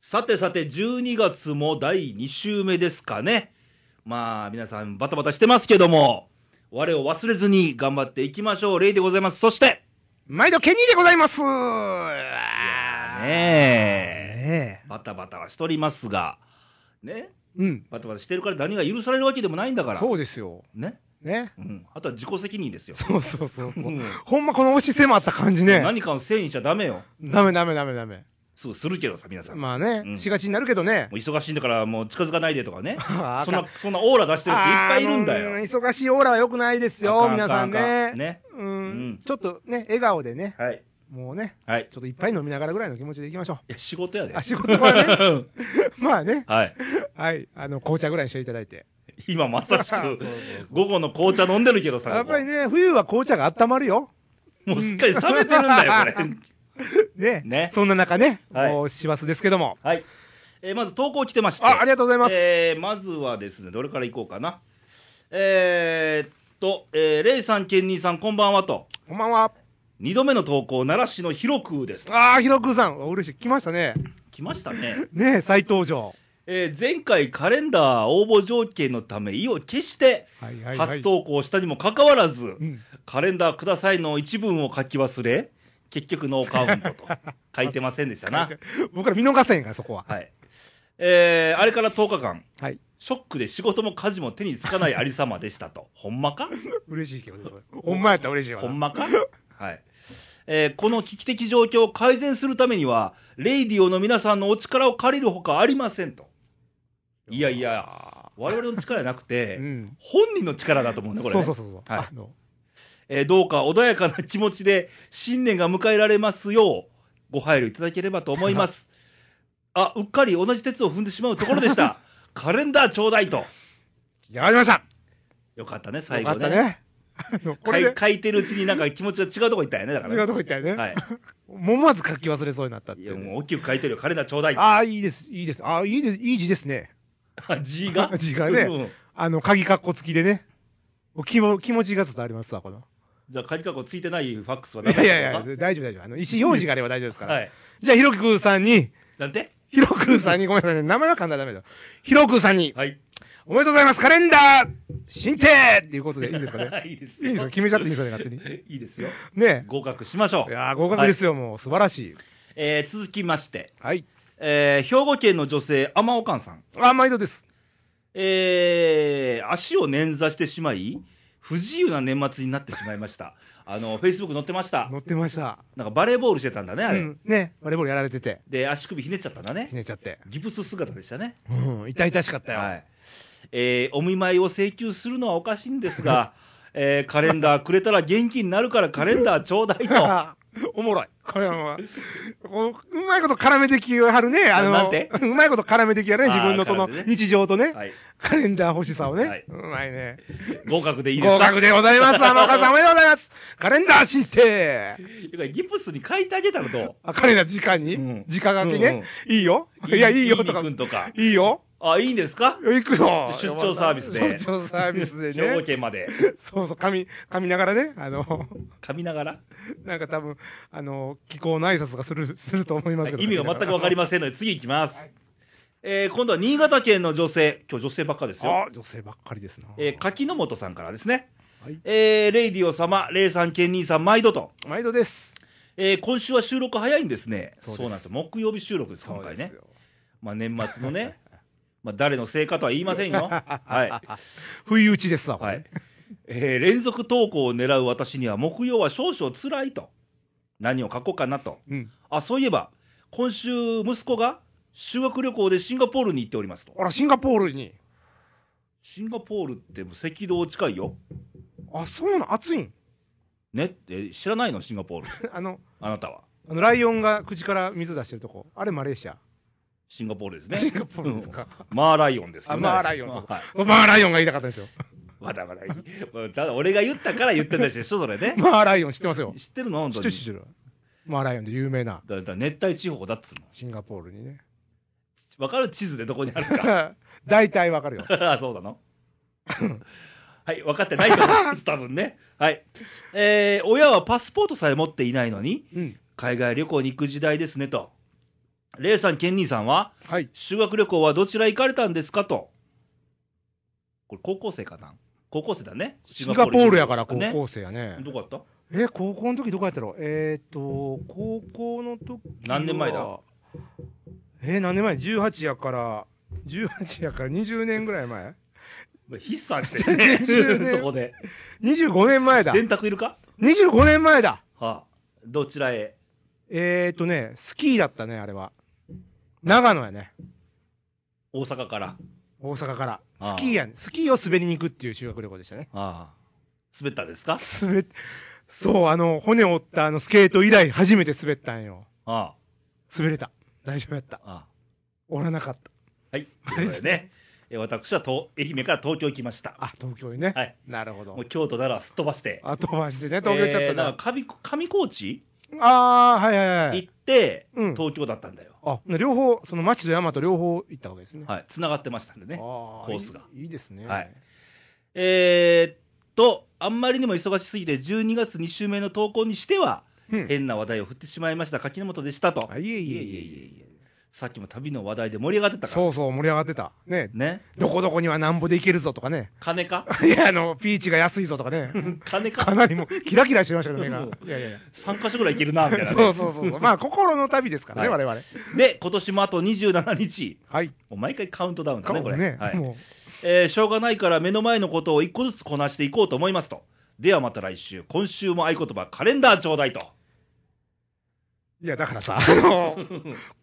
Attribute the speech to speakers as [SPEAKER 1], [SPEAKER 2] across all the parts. [SPEAKER 1] さてさて、12月も第2週目ですかね。まあ、皆さんバタバタしてますけども、我を忘れずに頑張っていきましょう。レイでございます。そして、
[SPEAKER 2] 毎度ケニーでございます
[SPEAKER 1] ね
[SPEAKER 2] ねえ。
[SPEAKER 1] バタバタはしておりますが、ね、
[SPEAKER 2] うん。
[SPEAKER 1] バタバタしてるから何が許されるわけでもないんだから。
[SPEAKER 2] そうですよ。
[SPEAKER 1] ね。
[SPEAKER 2] ね。
[SPEAKER 1] うん。あとは自己責任ですよ。。
[SPEAKER 2] そうそうそうそううんほんまこの押し迫った感じね。
[SPEAKER 1] 何かのせいにしちゃダメよ。
[SPEAKER 2] ダメダメダメダメ。
[SPEAKER 1] そうするけどさ、皆さん。も
[SPEAKER 2] まあね、
[SPEAKER 1] うん
[SPEAKER 2] しがちになるけどね
[SPEAKER 1] う。忙しいんだからもう近づかないでとかね。
[SPEAKER 2] あー
[SPEAKER 1] そんな、そんなオーラ出してる人いっぱいいるんだ
[SPEAKER 2] あー
[SPEAKER 1] よ。
[SPEAKER 2] 忙しいオーラは良くないです
[SPEAKER 1] あ
[SPEAKER 2] よ、
[SPEAKER 1] か
[SPEAKER 2] 皆
[SPEAKER 1] あか
[SPEAKER 2] さん
[SPEAKER 1] あか
[SPEAKER 2] ね。
[SPEAKER 1] ね。
[SPEAKER 2] うん、
[SPEAKER 1] うん
[SPEAKER 2] ちょっとね、笑顔でね、
[SPEAKER 1] はい。
[SPEAKER 2] もうね、
[SPEAKER 1] はい。い
[SPEAKER 2] ちょっといっぱい飲みながらぐらいの気持ちでいきましょ
[SPEAKER 1] や、仕事や
[SPEAKER 2] う。
[SPEAKER 1] で
[SPEAKER 2] あ、。仕事 はね、まあね、
[SPEAKER 1] はい。
[SPEAKER 2] はい、あの、紅茶ぐらいにしていただいて。
[SPEAKER 1] 今まさし
[SPEAKER 2] そう
[SPEAKER 1] く
[SPEAKER 2] そうそう、
[SPEAKER 1] 午後の紅茶飲んでるけどさ、
[SPEAKER 2] やっぱり
[SPEAKER 1] こ
[SPEAKER 2] ね、冬は紅茶が温まるよ。
[SPEAKER 1] こもうすっかり冷めてるんだよ、こ れ。
[SPEAKER 2] ね。
[SPEAKER 1] ね
[SPEAKER 2] そんな中ね、
[SPEAKER 1] はい
[SPEAKER 2] もう師走ですけども。
[SPEAKER 1] はい。えーまず投稿来てまして。
[SPEAKER 2] あ、ありがとうございます。
[SPEAKER 1] えーまずはですね、どれからいこうかな。えーっと、えーレイさん、ケンニーさん、こんばんはと。
[SPEAKER 2] こんばんは。
[SPEAKER 1] 二度目の投稿、奈良市の広くです。
[SPEAKER 2] あー、ひろくさん。お嬉しい。来ましたね。
[SPEAKER 1] 来ましたね。
[SPEAKER 2] ね再登場。
[SPEAKER 1] えー前回カレンダー応募条件のため意を決して
[SPEAKER 2] はいはいはい
[SPEAKER 1] 初投稿したにもかかわらず、
[SPEAKER 2] ん
[SPEAKER 1] カレンダーくださいの一文を書き忘れ結局ノーカウント と書いてませんでしたな、
[SPEAKER 2] 僕ら見逃せへんから、そこは。
[SPEAKER 1] はいえーあれから10日間
[SPEAKER 2] はい。
[SPEAKER 1] ショックで仕事も家事も手につかないありさまでした とほんまか
[SPEAKER 2] 嬉しいけどね、それ。ほんまやったら嬉しいわ。
[SPEAKER 1] ほんまかはいえーこの危機的状況を改善するためには、レイディオの皆さんのお力を借りるほかありませんと。いやいや、我々の力じゃなくて、
[SPEAKER 2] うん。
[SPEAKER 1] 本人の力だと思うんだ、これ、
[SPEAKER 2] そ
[SPEAKER 1] ね。
[SPEAKER 2] うそうそうそう。
[SPEAKER 1] はい
[SPEAKER 2] あの
[SPEAKER 1] えーどうか穏やかな気持ちで新年が迎えられますよう、ご配慮いただければと思います。あ、うっかり同じ鉄を踏んでしまうところで した。カレンダーちょうだいと。
[SPEAKER 2] やられました
[SPEAKER 1] よかったね、最
[SPEAKER 2] よか
[SPEAKER 1] 後
[SPEAKER 2] った
[SPEAKER 1] ね。
[SPEAKER 2] ね。あの、
[SPEAKER 1] か
[SPEAKER 2] これ
[SPEAKER 1] い
[SPEAKER 2] で、
[SPEAKER 1] 書いてるうちになんか気持ちが違うとこ行ったよね、だから
[SPEAKER 2] 違う
[SPEAKER 1] ね。
[SPEAKER 2] とこ行ったよね。
[SPEAKER 1] はい。
[SPEAKER 2] 思わず書き忘れそうになったって
[SPEAKER 1] い
[SPEAKER 2] い
[SPEAKER 1] や、
[SPEAKER 2] うね。
[SPEAKER 1] もう大きく書いてるよ、カレンダーちょうだい。
[SPEAKER 2] ああ、いいです、いいです。ああ、いいです、いい字ですね。
[SPEAKER 1] 字が
[SPEAKER 2] 字がね
[SPEAKER 1] うん
[SPEAKER 2] あの、鍵括弧付きでね。お気も気持ちが伝わりますわ、この。
[SPEAKER 1] じゃあ、鍵かっこついてないファックスはいダメ
[SPEAKER 2] やいやい
[SPEAKER 1] だった
[SPEAKER 2] や、大丈夫大丈夫。あの、意思表示があれば大丈夫ですか
[SPEAKER 1] の
[SPEAKER 2] ら。
[SPEAKER 1] かはい。
[SPEAKER 2] じゃあ、ひろきくんさんに、
[SPEAKER 1] なんて
[SPEAKER 2] ひろくんさんに、ごめんなさいね。名前は噛んだらダメだ。ひろくんさんに、
[SPEAKER 1] はい。
[SPEAKER 2] おめでとうございます、カレンダー新定っていうことでいいんですかね。
[SPEAKER 1] いいです
[SPEAKER 2] い
[SPEAKER 1] よ。
[SPEAKER 2] いですよ。決めちゃっていいですよね、勝手に。
[SPEAKER 1] いいですよ。
[SPEAKER 2] ね
[SPEAKER 1] 合格しましょ
[SPEAKER 2] え。
[SPEAKER 1] う。
[SPEAKER 2] いやー合格です
[SPEAKER 1] よ。
[SPEAKER 2] よ、もう。素晴らしい。
[SPEAKER 1] えー続きまして、
[SPEAKER 2] はい。
[SPEAKER 1] えー兵庫県の女性、天おかんさん。
[SPEAKER 2] あ、毎度です。
[SPEAKER 1] えー足を捻挫してしまい、不自由な年末になってしまいました。あの、フェイスブック載ってました。
[SPEAKER 2] 乗ってました。
[SPEAKER 1] なんかバレーボールしてたんだね、あ
[SPEAKER 2] う
[SPEAKER 1] れ。
[SPEAKER 2] ん。ね。バレーボールやられてて、
[SPEAKER 1] で、足首ひねっちゃったんだね
[SPEAKER 2] ひ。ねっちゃって。
[SPEAKER 1] ギプス姿でしたね。
[SPEAKER 2] うん。痛々しかったよ。
[SPEAKER 1] はい。えーお見舞いを請求するのはおかしいんです が、えーカレンダーくれたら元気になるからカレンダーちょうだ いと。
[SPEAKER 2] おもろい。これはもう、こううまいこと絡めてきはるね。あの、
[SPEAKER 1] なんて
[SPEAKER 2] うまいこと絡めてきやね。
[SPEAKER 1] あー
[SPEAKER 2] 自分のその
[SPEAKER 1] 絡めてね
[SPEAKER 2] 日常とね、
[SPEAKER 1] はい。
[SPEAKER 2] カレンダー欲しさをね。
[SPEAKER 1] はいう
[SPEAKER 2] まいね。
[SPEAKER 1] 合格でいいですか
[SPEAKER 2] 合格でございます。天岡さんおめでとうござい ます。カレンダー申請。
[SPEAKER 1] てかギプスに書いてあげたらど
[SPEAKER 2] あ、カレンダー時間に、
[SPEAKER 1] うん
[SPEAKER 2] 時間書きね、いいよ。
[SPEAKER 1] う
[SPEAKER 2] いや、いいよとか
[SPEAKER 1] く。んとか。
[SPEAKER 2] いいよ。
[SPEAKER 1] あ、いいんですか
[SPEAKER 2] 行くよ。
[SPEAKER 1] 出張サービスで
[SPEAKER 2] 出張サービス で
[SPEAKER 1] 兵庫
[SPEAKER 2] ね。
[SPEAKER 1] 県まで。
[SPEAKER 2] そうそう、噛み、噛みながらね。あの、
[SPEAKER 1] 噛みながら。
[SPEAKER 2] なんか多分、あの、気候の挨拶がする、すると思いますけど。
[SPEAKER 1] 意味が全く分かりませんので、次行きます。えー今度は新潟県の女性、今日女性ばっかですよ。
[SPEAKER 2] あ、女性ばっかりですな。
[SPEAKER 1] えー、柿の本さんからですね。
[SPEAKER 2] はい
[SPEAKER 1] えーレイディオ様、レイさん、ケンニーさん、毎度と。
[SPEAKER 2] 毎度です。
[SPEAKER 1] えー今週は収録早いんですね。
[SPEAKER 2] そ
[SPEAKER 1] そううな
[SPEAKER 2] です
[SPEAKER 1] んです。木曜日収録です、今
[SPEAKER 2] そう
[SPEAKER 1] 回
[SPEAKER 2] です
[SPEAKER 1] ね。
[SPEAKER 2] よ。
[SPEAKER 1] まあ、年末のね。 まあ、誰のせいかとは言いません よ。は
[SPEAKER 2] 不意打ちですわ、
[SPEAKER 1] い。
[SPEAKER 2] これ
[SPEAKER 1] はい。えー連続投稿を狙う私には、木曜は少々辛いと。何を書こうかなと。
[SPEAKER 2] うん。
[SPEAKER 1] あ、そういえば、今週、息子が修学旅行でシンガポールに行っておりますと。
[SPEAKER 2] あら、シンガポールに。
[SPEAKER 1] シンガポールってもう赤道近いよ。
[SPEAKER 2] あ、そうなん、暑いん。
[SPEAKER 1] ねえ知らないのシンガポール。
[SPEAKER 2] あの、
[SPEAKER 1] あなたは。
[SPEAKER 2] あの、ライオンが口から水出してるとこ。あれ、マレーシア。
[SPEAKER 1] シンガポール です
[SPEAKER 2] シン
[SPEAKER 1] ね。
[SPEAKER 2] ガポールですか。
[SPEAKER 1] マーライオンですよね。
[SPEAKER 2] あマーライオンそう
[SPEAKER 1] はい。
[SPEAKER 2] マーライオンが言いたかったんですよ。
[SPEAKER 1] まだまだいい。まあただ俺が言ったから言ってんだし、それね。
[SPEAKER 2] マーライオン知ってますよ。
[SPEAKER 1] 知ってるの本
[SPEAKER 2] 知
[SPEAKER 1] 当
[SPEAKER 2] って
[SPEAKER 1] に
[SPEAKER 2] る。知ってる。マーライオンで有名な
[SPEAKER 1] だだ熱帯地方だっつうの。
[SPEAKER 2] シンガポール にね。
[SPEAKER 1] わかる 地図でどこにある
[SPEAKER 2] 大体わかるよ。
[SPEAKER 1] か。あそうなの はい、分かってないと思います、多分ね。はい。えー、親はパスポートさえ持っていないのに、
[SPEAKER 2] うん。
[SPEAKER 1] 海外旅行に行く時代ですねと、レイさん、ケンニーさんは、
[SPEAKER 2] はい。
[SPEAKER 1] 修学旅行はどちら行かれたんですかと。これ、高校生かな高校生だね。
[SPEAKER 2] シンガポールやから、高
[SPEAKER 1] ね
[SPEAKER 2] 校生やね。
[SPEAKER 1] どこやった
[SPEAKER 2] え、高校の時どこやったろえーっと、高校の時は
[SPEAKER 1] 何年前だ
[SPEAKER 2] えー何年前 ?18 やから、18やから20年ぐらい前
[SPEAKER 1] 筆算してる ね。そこで。
[SPEAKER 2] ?25 年前 だ
[SPEAKER 1] 電卓いるか
[SPEAKER 2] 25年前だ
[SPEAKER 1] はあ、どちらへ
[SPEAKER 2] えーっとね、スキーだったね、あれは。長野やね。
[SPEAKER 1] 大阪から。
[SPEAKER 2] 大阪から。
[SPEAKER 1] ああ
[SPEAKER 2] スキーやね。スキーを滑りに行くっていう修学旅行でしたね。
[SPEAKER 1] ああ。滑ったですか
[SPEAKER 2] 滑っそう、あの、骨折ったあのスケート以来初めて滑ったんよ。
[SPEAKER 1] あ
[SPEAKER 2] 滑れた。大丈夫やった
[SPEAKER 1] あ。。ああ。
[SPEAKER 2] 折らなかった。
[SPEAKER 1] はい。ということでね。え私は東愛媛から東京行きました。
[SPEAKER 2] あ、東京にね。
[SPEAKER 1] はい。
[SPEAKER 2] なるほど
[SPEAKER 1] もう。京都ならすっ飛ばして。
[SPEAKER 2] 後回しでね、東京行っちゃ
[SPEAKER 1] えー
[SPEAKER 2] った
[SPEAKER 1] だ
[SPEAKER 2] な。
[SPEAKER 1] から上上高地
[SPEAKER 2] ああ、はいはいはい
[SPEAKER 1] 行。って、
[SPEAKER 2] うん
[SPEAKER 1] 東京だったんだよ。
[SPEAKER 2] あ、両方、その町と山と両方行ったわけですね。
[SPEAKER 1] はい。繋がってましたんでね。
[SPEAKER 2] コ
[SPEAKER 1] コースが
[SPEAKER 2] いい。いいですね。
[SPEAKER 1] はいえー、っと、あんまりにも忙しすぎて、12月2週目の投稿にしては、
[SPEAKER 2] うん
[SPEAKER 1] 変な話題を振ってしまいました。柿本でしたと。
[SPEAKER 2] あいえいえいえいえ
[SPEAKER 1] いえ。さっきも旅の話題で盛り上がってたから。
[SPEAKER 2] そうそう、盛り上がってた。ね。
[SPEAKER 1] ね。
[SPEAKER 2] どこどこにはなんぼで行けるぞとかね。
[SPEAKER 1] 金か
[SPEAKER 2] いや、あの、ピーチが安いぞとか ね。
[SPEAKER 1] 金か
[SPEAKER 2] かなりもう、キラキラしてましたけどね、
[SPEAKER 1] う
[SPEAKER 2] 今
[SPEAKER 1] ん。
[SPEAKER 2] いやいやいや。
[SPEAKER 1] 3箇所ぐらい行けるな、みたいな、ね。
[SPEAKER 2] そうそうそうそう。まあ、心の旅ですからね、
[SPEAKER 1] はい
[SPEAKER 2] 我々。
[SPEAKER 1] で、今年もあと27日。
[SPEAKER 2] はい。
[SPEAKER 1] もう毎回カウントダウンだね、
[SPEAKER 2] 顔
[SPEAKER 1] これ。
[SPEAKER 2] ね
[SPEAKER 1] は。い
[SPEAKER 2] も
[SPEAKER 1] えーしょうがないから目の前のことを一個ずつこなしていこうと思いますと。ではまた来週、今週も合言葉、カレンダーちょうだいと。
[SPEAKER 2] う。いや、だからさ、あの、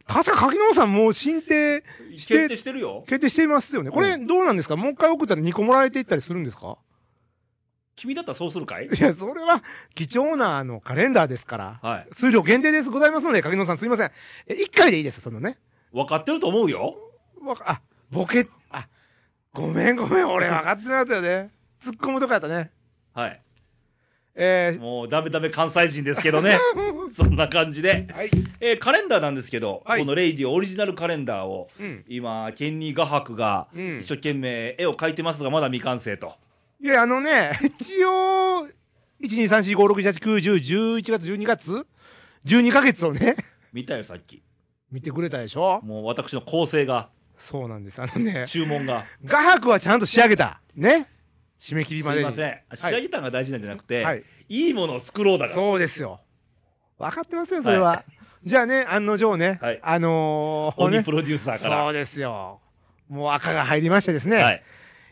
[SPEAKER 2] 確か柿野さんもう進呈し
[SPEAKER 1] 決定
[SPEAKER 2] て、
[SPEAKER 1] してるよ。
[SPEAKER 2] 決定していますよね。これ、どうなんですかもう一回送ったら2個もらえていったりするんですか
[SPEAKER 1] 君だったらそうするかい
[SPEAKER 2] いや、それは貴重なあのカレンダーですから。
[SPEAKER 1] はい。
[SPEAKER 2] 数量限定です。ございますので、柿野さんすいません。え、1回でいいです、そのね。
[SPEAKER 1] 分かってると思うよ。
[SPEAKER 2] わか、あ、ボケ、あ、ごめんごめん、俺分かってなかったよね。突っ込むとこやったね。
[SPEAKER 1] はい。
[SPEAKER 2] え
[SPEAKER 1] もうダメダメ関西人ですけど ね。そんな感じで。
[SPEAKER 2] ー、はい。
[SPEAKER 1] えーカレンダーなんですけど、
[SPEAKER 2] はい
[SPEAKER 1] このレイディオオリジナルカレンダーを、
[SPEAKER 2] うん。
[SPEAKER 1] 今、ケンニー・画伯が
[SPEAKER 2] うん
[SPEAKER 1] 一生懸命絵を描いてますが、まだ未完成と。
[SPEAKER 2] いや、あのね、 一応、1,2,3,4,5,6,7,8,9,10,11月、12月 ?12 ヶ月をね、
[SPEAKER 1] 見たよ、さっき。
[SPEAKER 2] 見てくれたでしょ
[SPEAKER 1] もう私の構成が、
[SPEAKER 2] そうなんです。あのね、
[SPEAKER 1] 注文が。
[SPEAKER 2] 画伯はちゃんと仕上げた。ね。締め切
[SPEAKER 1] すい
[SPEAKER 2] りまでに。
[SPEAKER 1] ません。仕上げたのが大事なんじゃなくて、
[SPEAKER 2] はいい、
[SPEAKER 1] いものを作ろうだから。
[SPEAKER 2] そうですよ。分かってますよ、それは。
[SPEAKER 1] は
[SPEAKER 2] じゃあね、案の定ね、
[SPEAKER 1] はい
[SPEAKER 2] あのー、
[SPEAKER 1] 鬼
[SPEAKER 2] ね
[SPEAKER 1] プロデューサーから。
[SPEAKER 2] そうですよ。もう赤が入りましてですね。
[SPEAKER 1] はい。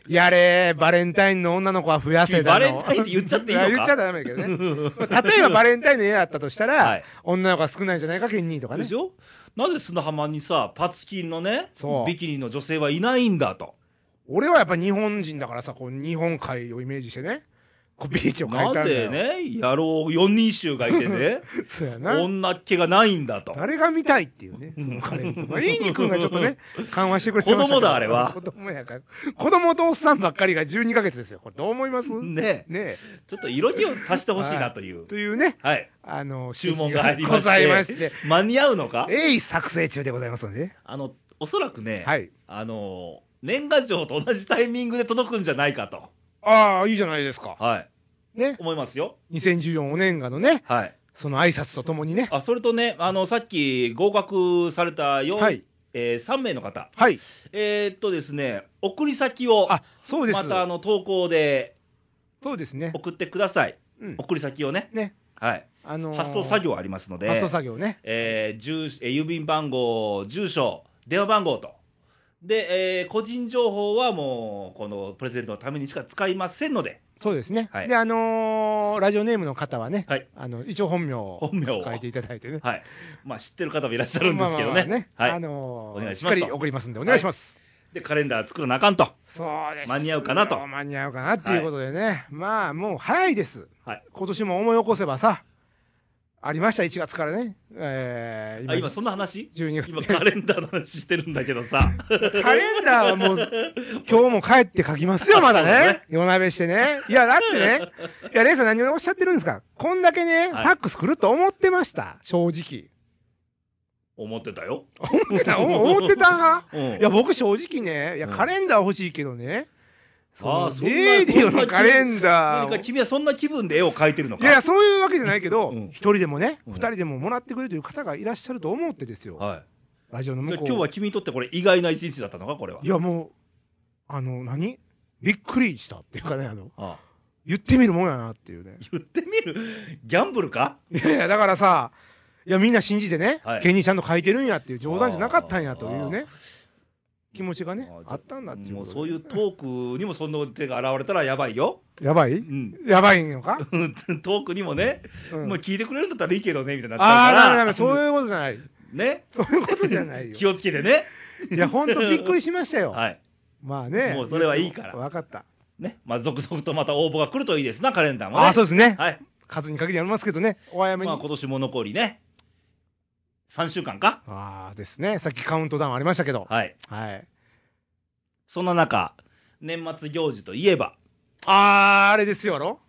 [SPEAKER 2] やれー、バレンタインの女の子は増やせだの。
[SPEAKER 1] 君バレンタインって言っちゃっていいのか
[SPEAKER 2] や言っちゃダメだけ どね。まあ例えばバレンタインの家だったとしたら、
[SPEAKER 1] はい
[SPEAKER 2] 女の子が少ないんじゃないか、ケンニーとか
[SPEAKER 1] で
[SPEAKER 2] ね
[SPEAKER 1] し。ょなぜ砂浜にさ、パツキンのね
[SPEAKER 2] そ、う
[SPEAKER 1] ビキニの女性はいないんだと。
[SPEAKER 2] 俺はやっぱ日本人だからさ、こう日本海をイメージしてね、こうビーチを描い
[SPEAKER 1] な
[SPEAKER 2] たんだ
[SPEAKER 1] ぜ
[SPEAKER 2] よ。
[SPEAKER 1] ね、野郎4人衆がいてね、
[SPEAKER 2] そうや な。
[SPEAKER 1] 女っ気がないんだと。
[SPEAKER 2] 誰が見たいっていうね、そのカレンダーまあ、いいに君がちょっとね、緩和してくれてましたけど
[SPEAKER 1] 子供だあれは
[SPEAKER 2] 子供やから。子供とおっさんばっかりが12ヶ月ですよ。これどう思いますね
[SPEAKER 1] ね
[SPEAKER 2] え。
[SPEAKER 1] ちょっと色気を足してほしいなという。
[SPEAKER 2] というね、
[SPEAKER 1] はい。
[SPEAKER 2] あの、
[SPEAKER 1] 注文が入りま
[SPEAKER 2] ご
[SPEAKER 1] して。
[SPEAKER 2] ざいまして。
[SPEAKER 1] 間に合うのか
[SPEAKER 2] 鋭意作成中でございますのでね。
[SPEAKER 1] あの、おそらくね、
[SPEAKER 2] はい。
[SPEAKER 1] あの、年賀状と同じタイミングで届くんじゃないかと。
[SPEAKER 2] ああ、いいじゃないですか。
[SPEAKER 1] はい。
[SPEAKER 2] ね。
[SPEAKER 1] 思いますよ。
[SPEAKER 2] 2014お年賀のね、
[SPEAKER 1] はい。
[SPEAKER 2] その挨拶とともにね。
[SPEAKER 1] あ、それとね、あの、さっき合格されたよ、
[SPEAKER 2] はい
[SPEAKER 1] えー、3名の方。
[SPEAKER 2] はい。
[SPEAKER 1] えーっとですね、送り先を、
[SPEAKER 2] あ、そうです。
[SPEAKER 1] またあの、投稿で
[SPEAKER 2] そうですね。
[SPEAKER 1] 送ってください。
[SPEAKER 2] うん。
[SPEAKER 1] 送り先をね。
[SPEAKER 2] ね。
[SPEAKER 1] はい。
[SPEAKER 2] あのー
[SPEAKER 1] 発送作業ありますので。
[SPEAKER 2] 発送作業ね。
[SPEAKER 1] えー住えー郵便番号、住所、電話番号と。で、えー個人情報はもう、このプレゼントのためにしか使いませんので、
[SPEAKER 2] そうですね。
[SPEAKER 1] はい
[SPEAKER 2] で、あのーラジオネームの方はね、
[SPEAKER 1] はい
[SPEAKER 2] あの、一応本名を
[SPEAKER 1] 本名を。
[SPEAKER 2] 書
[SPEAKER 1] はい
[SPEAKER 2] て
[SPEAKER 1] い。
[SPEAKER 2] いただいてね。
[SPEAKER 1] まあ、知ってる方もいらっしゃるんですけど
[SPEAKER 2] まあまあまあ
[SPEAKER 1] ね。は
[SPEAKER 2] あ
[SPEAKER 1] い。
[SPEAKER 2] のー
[SPEAKER 1] お願いし
[SPEAKER 2] しっ
[SPEAKER 1] ます
[SPEAKER 2] か
[SPEAKER 1] と
[SPEAKER 2] り送りますんで、お願いします。
[SPEAKER 1] で、カレンダー作らなあかんと。
[SPEAKER 2] そうです。
[SPEAKER 1] 間に合うかなと
[SPEAKER 2] 間に合うかなっていうことでね。まあ、もう早いです。
[SPEAKER 1] はい
[SPEAKER 2] 今年も思い起こせばさ、ありました、1月からね。えー、
[SPEAKER 1] あ、今そんな話
[SPEAKER 2] 12
[SPEAKER 1] 今
[SPEAKER 2] 月。
[SPEAKER 1] カレンダーの話してるんだけどさ。
[SPEAKER 2] カレンダーはもう、今日も帰って書きますよ、まだ
[SPEAKER 1] そうだ
[SPEAKER 2] ね。夜鍋してね。いや、だってね。いや、レイさん何をおっしゃってるんですかこんだけね、フ
[SPEAKER 1] はい
[SPEAKER 2] ァックス来ると思ってました。正直。
[SPEAKER 1] 思ってたよ。
[SPEAKER 2] 思ってたお思ってた派
[SPEAKER 1] うん。
[SPEAKER 2] いや、僕正直ね、いや、
[SPEAKER 1] うん
[SPEAKER 2] カレンダー欲しいけどね。そ
[SPEAKER 1] あー
[SPEAKER 2] の
[SPEAKER 1] そんな
[SPEAKER 2] レイディオのカレンダ
[SPEAKER 1] 何か
[SPEAKER 2] ーを。
[SPEAKER 1] 君はそんな気分で絵を描いてるの
[SPEAKER 2] い
[SPEAKER 1] か
[SPEAKER 2] やいや、そういうわけじゃないけど
[SPEAKER 1] うん、
[SPEAKER 2] 一人でもね、
[SPEAKER 1] うん
[SPEAKER 2] 二人でももらってくれるという方がいらっしゃると思ってですよ。
[SPEAKER 1] は
[SPEAKER 2] ラジオの
[SPEAKER 1] じゃ
[SPEAKER 2] 向
[SPEAKER 1] あ
[SPEAKER 2] こう
[SPEAKER 1] 今日は君にとってこれ意外な一日だったのかこれはい
[SPEAKER 2] やもうあの何びっくりしたっていうかねあの
[SPEAKER 1] ああ
[SPEAKER 2] 言ってみるもんやなっていうね
[SPEAKER 1] 言ってみるギャンブルか
[SPEAKER 2] いやいやだからさいやみんな信じてね、
[SPEAKER 1] はい
[SPEAKER 2] 芸人ちゃんと書いてるんやっていう冗談じゃなかったんやというね気持ちがね
[SPEAKER 1] あじゃ
[SPEAKER 2] あったんだっていう
[SPEAKER 1] も
[SPEAKER 2] こ
[SPEAKER 1] う
[SPEAKER 2] とで
[SPEAKER 1] そういうトークにもその手が現れたらやばいよ、
[SPEAKER 2] やばい
[SPEAKER 1] うん、
[SPEAKER 2] やばいのか、
[SPEAKER 1] トークにもね、
[SPEAKER 2] うん
[SPEAKER 1] もう聞いてくれるんだったらいいけどねみたいになっち
[SPEAKER 2] あ
[SPEAKER 1] ゃ
[SPEAKER 2] あ
[SPEAKER 1] う
[SPEAKER 2] ダ
[SPEAKER 1] か
[SPEAKER 2] メ
[SPEAKER 1] ら
[SPEAKER 2] ダメそういうことじゃない
[SPEAKER 1] ね
[SPEAKER 2] そういうことじゃないよ
[SPEAKER 1] 気をつけてね
[SPEAKER 2] いやほんとびっくりしましたよ、
[SPEAKER 1] はい
[SPEAKER 2] まあね
[SPEAKER 1] もうそれはいいから
[SPEAKER 2] 分かった
[SPEAKER 1] ねまあ続々とまた応募が来るといいですなカレンダーもね
[SPEAKER 2] ああそうですね
[SPEAKER 1] はい
[SPEAKER 2] 数に限りありますけどねお早めに、
[SPEAKER 1] まあ今年も残りね3週間か
[SPEAKER 2] ああですねさっきカウントダウンありましたけど
[SPEAKER 1] はい
[SPEAKER 2] はい
[SPEAKER 1] そんな中年末行事といえば
[SPEAKER 2] あああれですよろ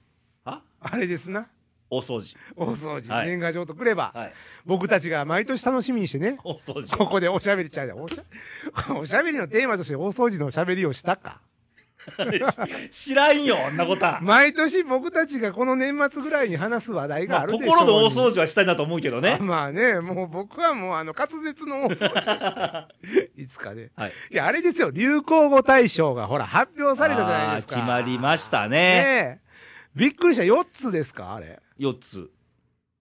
[SPEAKER 1] あ
[SPEAKER 2] あれですな
[SPEAKER 1] 大掃除
[SPEAKER 2] 大掃除、
[SPEAKER 1] はい
[SPEAKER 2] 年賀状とくれば、
[SPEAKER 1] はい
[SPEAKER 2] 僕たちが毎年楽しみにしてね
[SPEAKER 1] 大掃除
[SPEAKER 2] ここでおしゃべりちゃうよおしゃ おしゃべりのテーマとして大掃除のおしゃべりをしたか
[SPEAKER 1] 知らんよ、あんなことは。
[SPEAKER 2] 毎年僕たちがこの年末ぐらいに話す話題が
[SPEAKER 1] ま
[SPEAKER 2] あ
[SPEAKER 1] あ、
[SPEAKER 2] るでしょう
[SPEAKER 1] 心の大掃
[SPEAKER 2] 除
[SPEAKER 1] 除はしたいなと思うけどね。
[SPEAKER 2] まあねもう僕はもうあの滑舌の大掃除 をしていつかね
[SPEAKER 1] はい。
[SPEAKER 2] いやあれですよ流行語大賞がほら発表されたじゃないですか
[SPEAKER 1] あー決まりましたね。
[SPEAKER 2] ねえびっくりした4つですかあれ
[SPEAKER 1] 4つ。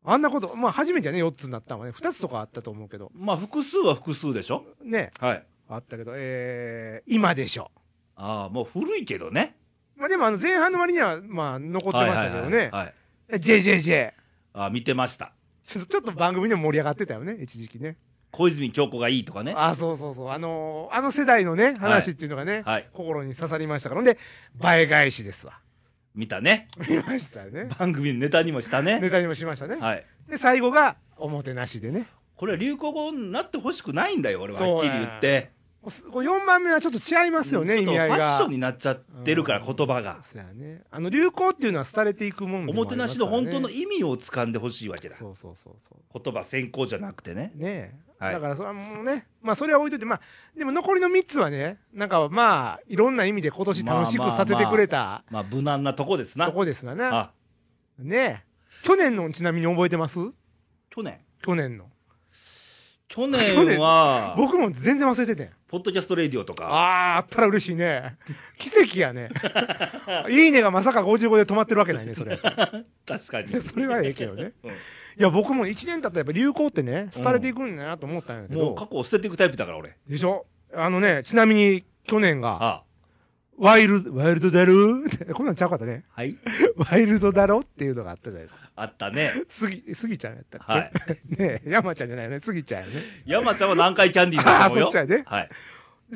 [SPEAKER 2] あんなことまあ初めてね4つになったのはね2つとかあったと思うけど
[SPEAKER 1] まあ、複数は複数でしょ
[SPEAKER 2] ね
[SPEAKER 1] はい。
[SPEAKER 2] あったけどえー、今でしょ
[SPEAKER 1] ああ、もう古いけどね。
[SPEAKER 2] まあでもあの前半の割にはまあ残ってましたけど
[SPEAKER 1] はいはい
[SPEAKER 2] ね
[SPEAKER 1] はいはい。
[SPEAKER 2] JJJ
[SPEAKER 1] ああ、見てました。
[SPEAKER 2] ちょっとちょっと番組でも盛り上がってたよね一時期ね
[SPEAKER 1] 小泉京子がいいとかね。
[SPEAKER 2] ああそうそうそうあのーあの世代のね話っていうのがね、
[SPEAKER 1] はい。
[SPEAKER 2] 心に刺さりましたからほんで倍返しですわ
[SPEAKER 1] 見たね。
[SPEAKER 2] 見ましたね
[SPEAKER 1] 番組のネタにもしたね。
[SPEAKER 2] ネタにもしました ね、
[SPEAKER 1] はい。
[SPEAKER 2] で最後がおもてなしでね
[SPEAKER 1] これは流行語になってほしくないんだよ、俺は。
[SPEAKER 2] そう
[SPEAKER 1] はっきり言って。
[SPEAKER 2] 4番目はちょっと違いますよね、
[SPEAKER 1] ちょっ
[SPEAKER 2] 意
[SPEAKER 1] と
[SPEAKER 2] 味
[SPEAKER 1] フ
[SPEAKER 2] 合い
[SPEAKER 1] ァッショ
[SPEAKER 2] が
[SPEAKER 1] ン。になっちゃってるから、
[SPEAKER 2] うん
[SPEAKER 1] 言葉が。
[SPEAKER 2] そうやね。あの流行っていうのは廃れていくもんで
[SPEAKER 1] おも
[SPEAKER 2] もあ
[SPEAKER 1] て
[SPEAKER 2] りま
[SPEAKER 1] な
[SPEAKER 2] す
[SPEAKER 1] し
[SPEAKER 2] か
[SPEAKER 1] の
[SPEAKER 2] らね
[SPEAKER 1] 本当の意味を掴んでほしいわけだ。
[SPEAKER 2] そうそうそうそ
[SPEAKER 1] 言葉先行じゃなくてね。
[SPEAKER 2] う。ねえ、
[SPEAKER 1] はい
[SPEAKER 2] だからそれはもうね、まあそれは置いといて、まあでも残りの3つはね、なんかまあいろんな意味で今年楽しくさせてくれた
[SPEAKER 1] まあ無難なとこですな。
[SPEAKER 2] とこですわね。
[SPEAKER 1] あ
[SPEAKER 2] ねえ、去年のちなみに覚えてます？
[SPEAKER 1] 去年
[SPEAKER 2] 去年の。
[SPEAKER 1] 去年は
[SPEAKER 2] 僕も全然忘れててん。
[SPEAKER 1] ポッドキャストレディオとか
[SPEAKER 2] あーあったら嬉しいね。奇跡 やね。いいねがまさか55で止まってるわけないね、 それ。
[SPEAKER 1] 確かに
[SPEAKER 2] いや それはええけどね、
[SPEAKER 1] うん
[SPEAKER 2] いや僕も1年経ったらやっぱ流行ってね廃れていくんだなと思ったんやけ
[SPEAKER 1] も
[SPEAKER 2] ど、
[SPEAKER 1] う過去を捨てていくタイプだから俺
[SPEAKER 2] でしょあのねちなみに去年が
[SPEAKER 1] あ
[SPEAKER 2] 「ワイルドワイル ドだろ?」ってこんなんちゃうかったね
[SPEAKER 1] はい
[SPEAKER 2] 「ワイルドだろ?」っていうのがあったじゃないですか
[SPEAKER 1] あったね
[SPEAKER 2] すぎすぎちゃんやったっけ、
[SPEAKER 1] はい
[SPEAKER 2] ねえ山ちゃんじゃないよねすぎちゃんやね
[SPEAKER 1] 山ちゃんは南海キャンディーズだと思う
[SPEAKER 2] あ
[SPEAKER 1] よ
[SPEAKER 2] そっちやね
[SPEAKER 1] はい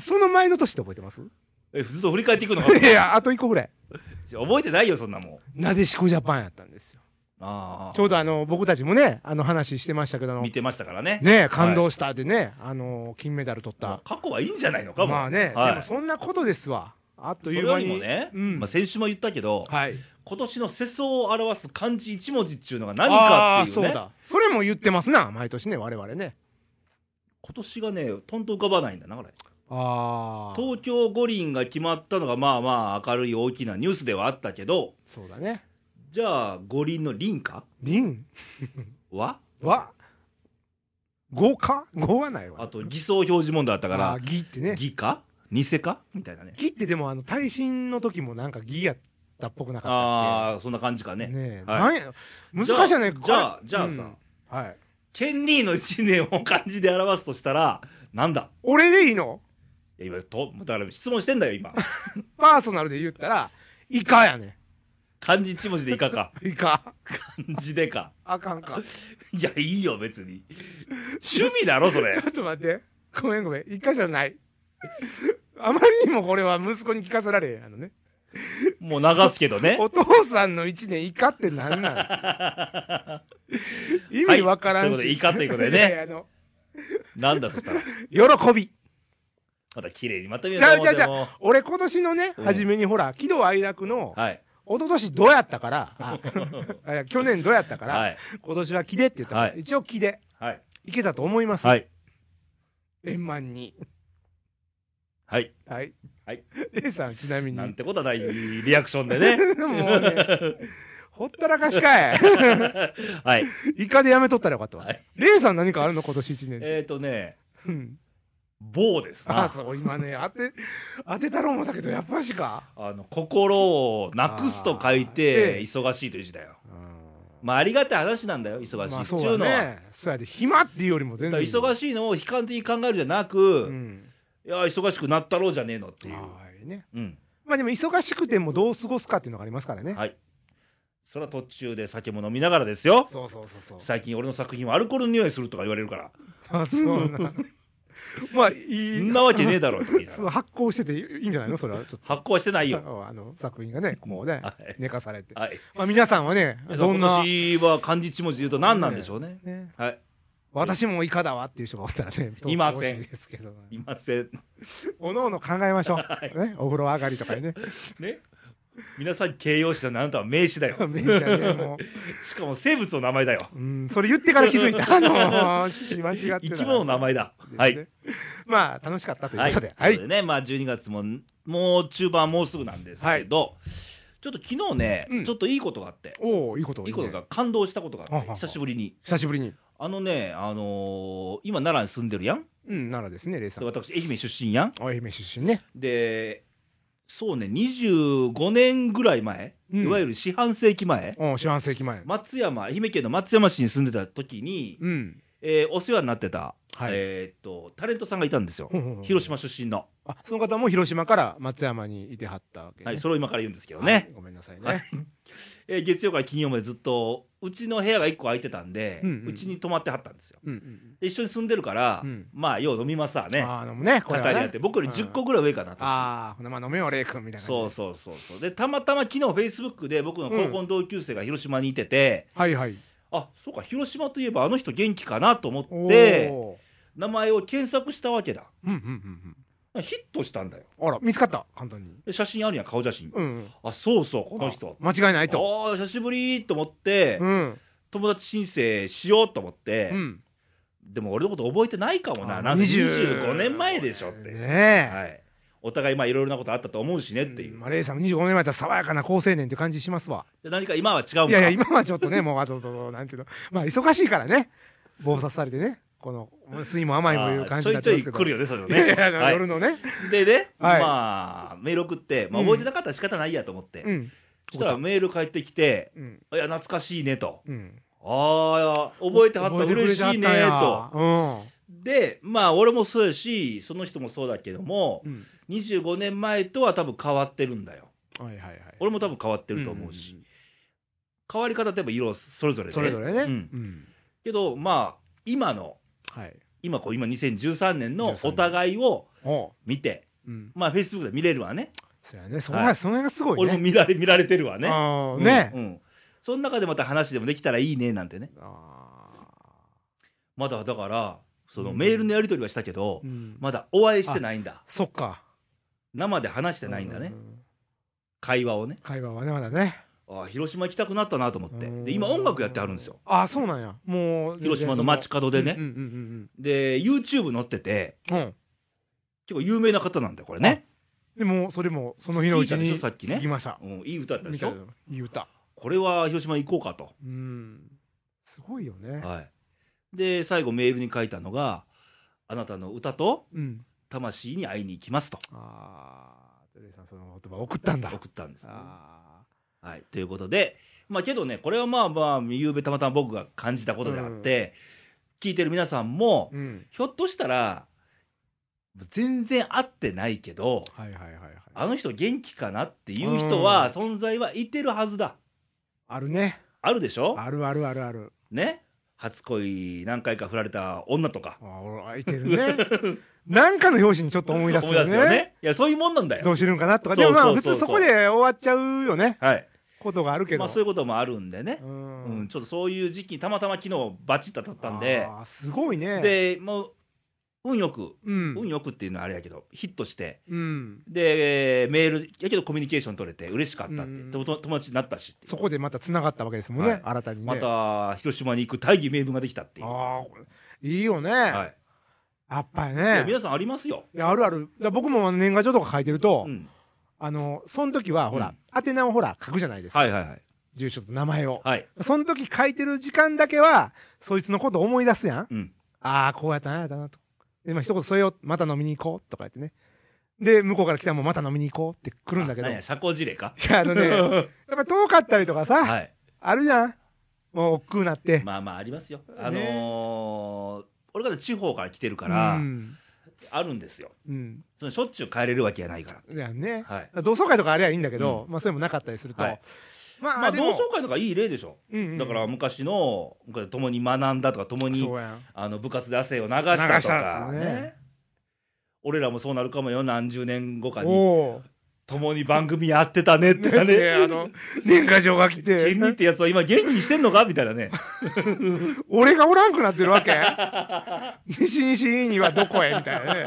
[SPEAKER 2] その前の年って覚えてます
[SPEAKER 1] え普通と振り返っていくのか
[SPEAKER 2] いやあと1個ぐらい
[SPEAKER 1] 覚えてないよそんなもん
[SPEAKER 2] なでしこジャパンやったんですよ
[SPEAKER 1] あ
[SPEAKER 2] ちょうどあの僕たちもねあの話してましたけどあ
[SPEAKER 1] あ
[SPEAKER 2] の
[SPEAKER 1] 見てましたからね
[SPEAKER 2] ねえ感動したでね、あの金メダル取っ
[SPEAKER 1] も
[SPEAKER 2] た
[SPEAKER 1] う過去はいいんじゃないのかも
[SPEAKER 2] まあね、
[SPEAKER 1] はい
[SPEAKER 2] でもそんなことですわあっと
[SPEAKER 1] そ
[SPEAKER 2] い
[SPEAKER 1] れ
[SPEAKER 2] う
[SPEAKER 1] よ
[SPEAKER 2] 間
[SPEAKER 1] り
[SPEAKER 2] に
[SPEAKER 1] もね、
[SPEAKER 2] うん
[SPEAKER 1] まあ、先週も言ったけど、
[SPEAKER 2] はい
[SPEAKER 1] 今年の世相を表す漢字一文字っていうのが何かっていう
[SPEAKER 2] あーそう
[SPEAKER 1] ね
[SPEAKER 2] だそれも言ってますな毎年ね我々ね
[SPEAKER 1] 今年がねとんと浮かばないんだなこれ
[SPEAKER 2] ああ
[SPEAKER 1] 東京五輪が決まったのがまあまあ明るい大きなニュースではあったけど
[SPEAKER 2] そうだね
[SPEAKER 1] じゃあ五輪の輪か
[SPEAKER 2] 輪
[SPEAKER 1] は
[SPEAKER 2] は五か五はないわ
[SPEAKER 1] あと偽装表示問題あったか
[SPEAKER 2] あ
[SPEAKER 1] ら
[SPEAKER 2] ー義ってね
[SPEAKER 1] 偽か偽かみたいなね
[SPEAKER 2] 義ってでもあの耐震の時もなんか義やったっぽくなかっ
[SPEAKER 1] ああそんな感じか
[SPEAKER 2] た
[SPEAKER 1] ね
[SPEAKER 2] っけねえ、
[SPEAKER 1] はい
[SPEAKER 2] なんや難しいよね
[SPEAKER 1] じゃあじゃあ
[SPEAKER 2] これ
[SPEAKER 1] じゃあ
[SPEAKER 2] うん
[SPEAKER 1] さ
[SPEAKER 2] はい
[SPEAKER 1] 権利の一年を漢字で表すとしたらなんだ
[SPEAKER 2] 俺でいいの
[SPEAKER 1] いや今とだから質問してんだよ今
[SPEAKER 2] パーソナルで言ったらイカやね
[SPEAKER 1] 漢字一文字でいかか
[SPEAKER 2] イカ
[SPEAKER 1] 漢字で か
[SPEAKER 2] あか んか
[SPEAKER 1] いやいいよ別に趣味だろそれ
[SPEAKER 2] ちょっと待って。ごめんごめん。一回じゃない。あまりにもこれは息子に聞かせられへん。あのね。
[SPEAKER 1] もう流すけどね
[SPEAKER 2] お父さんの一年イカってなんなん 意味わからん
[SPEAKER 1] はいというこ
[SPEAKER 2] し。
[SPEAKER 1] とでイカということでね
[SPEAKER 2] ややあの
[SPEAKER 1] なんだそしたら
[SPEAKER 2] 喜び。
[SPEAKER 1] また綺麗にまとめよ
[SPEAKER 2] じ
[SPEAKER 1] うと
[SPEAKER 2] ゃあ
[SPEAKER 1] 思っ
[SPEAKER 2] じゃあ
[SPEAKER 1] て
[SPEAKER 2] じゃ
[SPEAKER 1] も
[SPEAKER 2] あ、俺今年のね、
[SPEAKER 1] うん
[SPEAKER 2] 初めにほら、喜怒哀楽の、
[SPEAKER 1] はい。
[SPEAKER 2] 一昨年どうやったから、ああいや去年どうやったから、
[SPEAKER 1] はい。
[SPEAKER 2] 今年は喜でって言ったから、
[SPEAKER 1] はい
[SPEAKER 2] 一応喜で
[SPEAKER 1] はい。
[SPEAKER 2] いけたと思います。
[SPEAKER 1] はい。
[SPEAKER 2] 円満に。
[SPEAKER 1] はい。
[SPEAKER 2] はい。
[SPEAKER 1] はい。
[SPEAKER 2] A さんちなみに
[SPEAKER 1] なん。てことはないリアクションで ね。
[SPEAKER 2] もうね、ほったらかしかい。
[SPEAKER 1] はい。
[SPEAKER 2] イカでやめとったらよかったわ。
[SPEAKER 1] はい
[SPEAKER 2] レイさん何かあるの今年一年で。
[SPEAKER 1] えっ、ー、とね、
[SPEAKER 2] うん
[SPEAKER 1] 棒です
[SPEAKER 2] ああ、
[SPEAKER 1] な。
[SPEAKER 2] そう、今ね、当て、当てたろう思ったけど、やっぱしか。
[SPEAKER 1] あの、心をなくすと書い
[SPEAKER 2] あー
[SPEAKER 1] て、忙しいという字だよ。まあ、ありがたい話なんだよ、忙しい。
[SPEAKER 2] まあ、
[SPEAKER 1] っ
[SPEAKER 2] そ
[SPEAKER 1] ていううの
[SPEAKER 2] だ
[SPEAKER 1] は。
[SPEAKER 2] ね。そうやで、暇っていうよりも
[SPEAKER 1] だ
[SPEAKER 2] 全
[SPEAKER 1] か
[SPEAKER 2] 然。
[SPEAKER 1] ら忙しいのを悲観的に考えるじゃなく、
[SPEAKER 2] うん。
[SPEAKER 1] いや、忙しくなったろうじゃねえのっていう。
[SPEAKER 2] はいね。
[SPEAKER 1] うん。
[SPEAKER 2] まあでも、忙しくてもどう過ごすかっていうのがありますからね。
[SPEAKER 1] はい。それは途中で酒も飲みながらですよ。
[SPEAKER 2] そうそうそうそう。
[SPEAKER 1] 最近俺の作品はアルコールの匂いするとか言われるから、
[SPEAKER 2] あ そうな。まあ、い
[SPEAKER 1] そ
[SPEAKER 2] い。
[SPEAKER 1] んなわけねえだろうとか言いな
[SPEAKER 2] そ
[SPEAKER 1] が
[SPEAKER 2] の
[SPEAKER 1] ら
[SPEAKER 2] 発行してていいんじゃないのそれはちょっ
[SPEAKER 1] 発行はしてないよ。
[SPEAKER 2] と。あの、作品がね、こうね
[SPEAKER 1] はい、
[SPEAKER 2] 寝かされて。
[SPEAKER 1] はい。
[SPEAKER 2] まあ皆さんはね、どん
[SPEAKER 1] 今。
[SPEAKER 2] な
[SPEAKER 1] 年は漢字一文字で言うと何なんでしょうね。
[SPEAKER 2] ね
[SPEAKER 1] はい。
[SPEAKER 2] 私もイカだわっていう人がおったらね、
[SPEAKER 1] いません
[SPEAKER 2] 投稿欲しいですけど。
[SPEAKER 1] いません。
[SPEAKER 2] おのおの考えましょう。ね、お風呂上がりとかにね。
[SPEAKER 1] ね。皆さん形容詞だなあなたは名詞だよ。
[SPEAKER 2] 名車ね、も
[SPEAKER 1] しかも生物の名前だよ。
[SPEAKER 2] う。うん、それ言ってから気 づいた。あのー、間違ってた。
[SPEAKER 1] 生き物の名前だ。
[SPEAKER 2] ですね
[SPEAKER 1] はい。。
[SPEAKER 2] まあ、楽しかったという
[SPEAKER 1] はい。
[SPEAKER 2] こ
[SPEAKER 1] とい
[SPEAKER 2] と
[SPEAKER 1] う
[SPEAKER 2] で
[SPEAKER 1] こ。
[SPEAKER 2] は
[SPEAKER 1] と
[SPEAKER 2] い。
[SPEAKER 1] でね、まあ12月も、もう中盤もうすぐなんですけど、ちょっと昨日ね
[SPEAKER 2] うん、
[SPEAKER 1] ちょっといいことがあって、
[SPEAKER 2] おおいいこと。
[SPEAKER 1] いいこと
[SPEAKER 2] ね
[SPEAKER 1] が感動したことがあ
[SPEAKER 2] は
[SPEAKER 1] っ
[SPEAKER 2] は
[SPEAKER 1] て、
[SPEAKER 2] は
[SPEAKER 1] 久しぶりに。
[SPEAKER 2] 久しぶりに。
[SPEAKER 1] あのね、あのー今奈良に住んでるやん。
[SPEAKER 2] うん、奈良ですね、レイさ
[SPEAKER 1] で
[SPEAKER 2] ん。
[SPEAKER 1] 私、愛媛出身やん。
[SPEAKER 2] 愛媛出身ね。
[SPEAKER 1] で、そうね、25年ぐらい前、
[SPEAKER 2] うん
[SPEAKER 1] いわゆる四半世紀前、
[SPEAKER 2] お四半世紀前。
[SPEAKER 1] 松山、愛媛県の松山市に住んでた時に、
[SPEAKER 2] うん。
[SPEAKER 1] えーお世話になってた、
[SPEAKER 2] はい
[SPEAKER 1] えーっと、タレントさんがいたんですよ
[SPEAKER 2] ほうほうほう。
[SPEAKER 1] 広島出身の。
[SPEAKER 2] あ、その方も広島から松山にいてはったわけね。
[SPEAKER 1] はい、それを今から言うんですけど
[SPEAKER 2] は
[SPEAKER 1] ね
[SPEAKER 2] い。ごめんなさい
[SPEAKER 1] は
[SPEAKER 2] ね
[SPEAKER 1] い。えー月曜から金曜までずっと、うちの部屋が1個空いてたんで、
[SPEAKER 2] うんうん
[SPEAKER 1] うちに泊まってはったんですよ。
[SPEAKER 2] うんうん
[SPEAKER 1] で一緒に住んでるから、
[SPEAKER 2] うん
[SPEAKER 1] まあ、よう飲みますわ
[SPEAKER 2] うん。
[SPEAKER 1] ね。
[SPEAKER 2] ああ、飲むね、こ
[SPEAKER 1] 語
[SPEAKER 2] れ
[SPEAKER 1] り
[SPEAKER 2] は
[SPEAKER 1] 合っ
[SPEAKER 2] ね
[SPEAKER 1] て。。僕より10個ぐらい上かな、私。
[SPEAKER 2] ああ、ほな、まあ飲めよ、レイ君みたいな。
[SPEAKER 1] そう。そうそうそうでたまたま昨日フェイスブックで僕の高校の同級生が広島にいてて、
[SPEAKER 2] はいはい。
[SPEAKER 1] あそうか広島といえばあの人元気かなと思
[SPEAKER 2] お
[SPEAKER 1] って
[SPEAKER 2] お。
[SPEAKER 1] 名前を検索したわけだ
[SPEAKER 2] うんうんうん
[SPEAKER 1] ヒットしたんだよ
[SPEAKER 2] うん。あら、見つかった、簡単に。
[SPEAKER 1] で写真あるやん顔写真、
[SPEAKER 2] うんうん。
[SPEAKER 1] あそうそうこの人
[SPEAKER 2] 間違いないと。
[SPEAKER 1] ああ久しぶりと思って、
[SPEAKER 2] うん。
[SPEAKER 1] 友達申請しようと思って、
[SPEAKER 2] うん。
[SPEAKER 1] でも俺のこと覚えてないかもな
[SPEAKER 2] あ
[SPEAKER 1] なんせ
[SPEAKER 2] 20
[SPEAKER 1] 25年前でしょって、
[SPEAKER 2] ね
[SPEAKER 1] はい、お互いまあいろいろなことあったと思うしね
[SPEAKER 2] え。
[SPEAKER 1] っていう、
[SPEAKER 2] まあ、レイさんも25年前だったら爽やかな好青年って感じしますわ。
[SPEAKER 1] で何か今は違うんか
[SPEAKER 2] いやいや、今はちょっとね、もう、あと、と、なんていうの。まあ、忙しいからね。暴殺されてね。この、酸いも甘いもいう感じにな
[SPEAKER 1] あー
[SPEAKER 2] っ
[SPEAKER 1] ち
[SPEAKER 2] て
[SPEAKER 1] ょ
[SPEAKER 2] ま
[SPEAKER 1] いちょい
[SPEAKER 2] すけど。
[SPEAKER 1] 来るよねそれはい
[SPEAKER 2] やいや、
[SPEAKER 1] はい
[SPEAKER 2] 夜のね。
[SPEAKER 1] でね、
[SPEAKER 2] はい
[SPEAKER 1] まあ、メール送って、まあ、
[SPEAKER 2] うん
[SPEAKER 1] 覚えてなかったら仕方ないやと思って、
[SPEAKER 2] うん。
[SPEAKER 1] そしたらメール返ってきて、
[SPEAKER 2] うん。
[SPEAKER 1] いや、懐かしいねと、
[SPEAKER 2] うん。
[SPEAKER 1] ああ、覚えてはった、嬉しいねと。
[SPEAKER 2] と。
[SPEAKER 1] で、まあ、俺もそうやし、その人もそうだけども
[SPEAKER 2] う、ん。
[SPEAKER 1] 25年前とは多分変わってるんだよ。
[SPEAKER 2] はいはいはい。
[SPEAKER 1] 俺も
[SPEAKER 2] も
[SPEAKER 1] 多分変わってると思うし、。変わり方ってやっぱ色それぞれで。
[SPEAKER 2] それぞれね。
[SPEAKER 1] う
[SPEAKER 2] うんん。
[SPEAKER 1] けど、まあ、今の、
[SPEAKER 2] はい。
[SPEAKER 1] 今こう、今2013年の
[SPEAKER 2] 13
[SPEAKER 1] お互いを
[SPEAKER 2] お
[SPEAKER 1] 見て、
[SPEAKER 2] う。うん。
[SPEAKER 1] まあ、Facebook で見れるわね。
[SPEAKER 2] そやね。そ
[SPEAKER 1] は
[SPEAKER 2] の
[SPEAKER 1] い
[SPEAKER 2] その辺がすごいね。
[SPEAKER 1] 俺も見られ、見られてるわね。
[SPEAKER 2] ああ、
[SPEAKER 1] うん
[SPEAKER 2] ね
[SPEAKER 1] う。ん。その中でまた話でもできたらいいねなんてね。
[SPEAKER 2] ああ。
[SPEAKER 1] まだだから、その
[SPEAKER 2] うん
[SPEAKER 1] メールのやり取りはしたけど、
[SPEAKER 2] うん
[SPEAKER 1] まだお会いしてないんだ。
[SPEAKER 2] そっか。
[SPEAKER 1] 生で話してないんだね。
[SPEAKER 2] うう
[SPEAKER 1] 会話をね。
[SPEAKER 2] 会話はね、まだね。
[SPEAKER 1] ああ、広島行きたくなったなと思って。
[SPEAKER 2] うん
[SPEAKER 1] で、今音楽やってあるんですよ。。
[SPEAKER 2] ああ、そうなんや。もう、
[SPEAKER 1] 広島の街角で
[SPEAKER 2] うん
[SPEAKER 1] ね。
[SPEAKER 2] うんうん
[SPEAKER 1] で、YouTube 載ってて、
[SPEAKER 2] うん。うん。
[SPEAKER 1] 結構有名な方なんだよ、これね。
[SPEAKER 2] でも、それも、その日のうち
[SPEAKER 1] 聞いたでし
[SPEAKER 2] に、
[SPEAKER 1] ょさっきね
[SPEAKER 2] 聞きました。
[SPEAKER 1] うん、いい歌だったで
[SPEAKER 2] み
[SPEAKER 1] した
[SPEAKER 2] い
[SPEAKER 1] ょ
[SPEAKER 2] な。いい歌。
[SPEAKER 1] これは広島行こうかと。
[SPEAKER 2] うん。すごいよね。
[SPEAKER 1] はい。で、最後メールに書いたのが、あなたの歌と
[SPEAKER 2] うん。
[SPEAKER 1] 魂に会いに行きますと
[SPEAKER 2] ああ、テレさん、その言葉送ったんだ。
[SPEAKER 1] 送ったんです、ね。
[SPEAKER 2] あ
[SPEAKER 1] はい、ということで、まあ、けどね、これはまあまあ、ゆうべたまたま僕が感じたことであって、聞いてる皆さんも
[SPEAKER 2] あ。、うん。
[SPEAKER 1] ひょっとしたら、全然会ってないけど、
[SPEAKER 2] はいはいはいはい。
[SPEAKER 1] あの人元気かなっていう
[SPEAKER 2] う
[SPEAKER 1] 人
[SPEAKER 2] ん
[SPEAKER 1] は、存在はいてるはずだ。
[SPEAKER 2] あるね。
[SPEAKER 1] あるでしょ
[SPEAKER 2] あるあるあるある。
[SPEAKER 1] ね初恋何回か振られた女とか。
[SPEAKER 2] あ俺、開いてるね。 なんかの表紙にちょっと思い出す
[SPEAKER 1] 思い
[SPEAKER 2] よ
[SPEAKER 1] 出すよ
[SPEAKER 2] ね。
[SPEAKER 1] ね。いや、そういうもんなんだ
[SPEAKER 2] ど
[SPEAKER 1] よ。
[SPEAKER 2] うしてるんかなとか。
[SPEAKER 1] そ
[SPEAKER 2] で
[SPEAKER 1] う
[SPEAKER 2] もま
[SPEAKER 1] そ
[SPEAKER 2] あ、
[SPEAKER 1] う
[SPEAKER 2] 普
[SPEAKER 1] そう
[SPEAKER 2] 通そこで終わっちゃうよね。
[SPEAKER 1] はい。
[SPEAKER 2] ことがあるけど。
[SPEAKER 1] まあ、そういうこともあるんでね
[SPEAKER 2] う。ん
[SPEAKER 1] うん、ちょっとそういう時期にたまたま昨日バチッと当たったんで、
[SPEAKER 2] あーすごいね。、
[SPEAKER 1] で、もう、運よく、
[SPEAKER 2] うん。
[SPEAKER 1] 運よくっていうのはあれやけど、ヒットして、
[SPEAKER 2] うん。
[SPEAKER 1] で、メール、やけどコミュニケーション取れて嬉しかったっ
[SPEAKER 2] うん
[SPEAKER 1] て、とと友達になったしっていう
[SPEAKER 2] そこでまた繋がったわけですもんね。
[SPEAKER 1] はい
[SPEAKER 2] 新たにね。
[SPEAKER 1] また広島に行く大義名分ができたっていう。は
[SPEAKER 2] ああ、これいいよね。
[SPEAKER 1] い。
[SPEAKER 2] やっぱり
[SPEAKER 1] いや
[SPEAKER 2] ね。
[SPEAKER 1] 皆さんありますよ。
[SPEAKER 2] いやあるある。だ僕も年賀状とか書いてると、
[SPEAKER 1] うん。
[SPEAKER 2] あの、その時は、ほ
[SPEAKER 1] う
[SPEAKER 2] ら、
[SPEAKER 1] ん
[SPEAKER 2] 宛名をほら、書くじゃないですか。
[SPEAKER 1] はいはいはい。
[SPEAKER 2] 住所と名前を。
[SPEAKER 1] はい。
[SPEAKER 2] その時書いてる時間だけは、そいつのこと思い出すやん。
[SPEAKER 1] うん。
[SPEAKER 2] ああ、こうやったな、やったなと。で、まあ、一言添えよう。また飲みに行こう。とか言ってね。で、向こうから来たらもうまた飲みに行こうって来るんだけど。
[SPEAKER 1] 何
[SPEAKER 2] い
[SPEAKER 1] や、社交辞令か
[SPEAKER 2] や、あの ね、やっぱ遠かったりとかさ、
[SPEAKER 1] はい。
[SPEAKER 2] あるじゃん。もう、億劫なって。
[SPEAKER 1] まあまあ、ありますよ。あのー、俺から地方から来てるから、
[SPEAKER 2] うん。
[SPEAKER 1] あるんですよ。
[SPEAKER 2] うん。
[SPEAKER 1] そのしょっちゅう帰れるわけやないから。
[SPEAKER 2] いやね。
[SPEAKER 1] はい。
[SPEAKER 2] 同窓会とかあれはいいんだけど、まあ、それもなかったりすると。
[SPEAKER 1] はい
[SPEAKER 2] まあ、
[SPEAKER 1] まあ、
[SPEAKER 2] で
[SPEAKER 1] 同
[SPEAKER 2] も
[SPEAKER 1] 窓会とかいい例でしょ。
[SPEAKER 2] うんうん
[SPEAKER 1] だから、昔の、昔共に学んだとか、共に
[SPEAKER 2] そうやん。
[SPEAKER 1] あの部活で汗を流した
[SPEAKER 2] 流
[SPEAKER 1] と
[SPEAKER 2] した
[SPEAKER 1] か
[SPEAKER 2] って
[SPEAKER 1] ね
[SPEAKER 2] ね
[SPEAKER 1] 俺らもそうなるかもよ何十年後かに
[SPEAKER 2] お
[SPEAKER 1] 共に番組やってたねっ
[SPEAKER 2] お。
[SPEAKER 1] てかね
[SPEAKER 2] ねえあの、年賀状が来て
[SPEAKER 1] 金、利ってやつは今元気にしてんのかみたいな ね
[SPEAKER 2] 俺がおらんくなってるわけ 西西にはどこへみたいなね。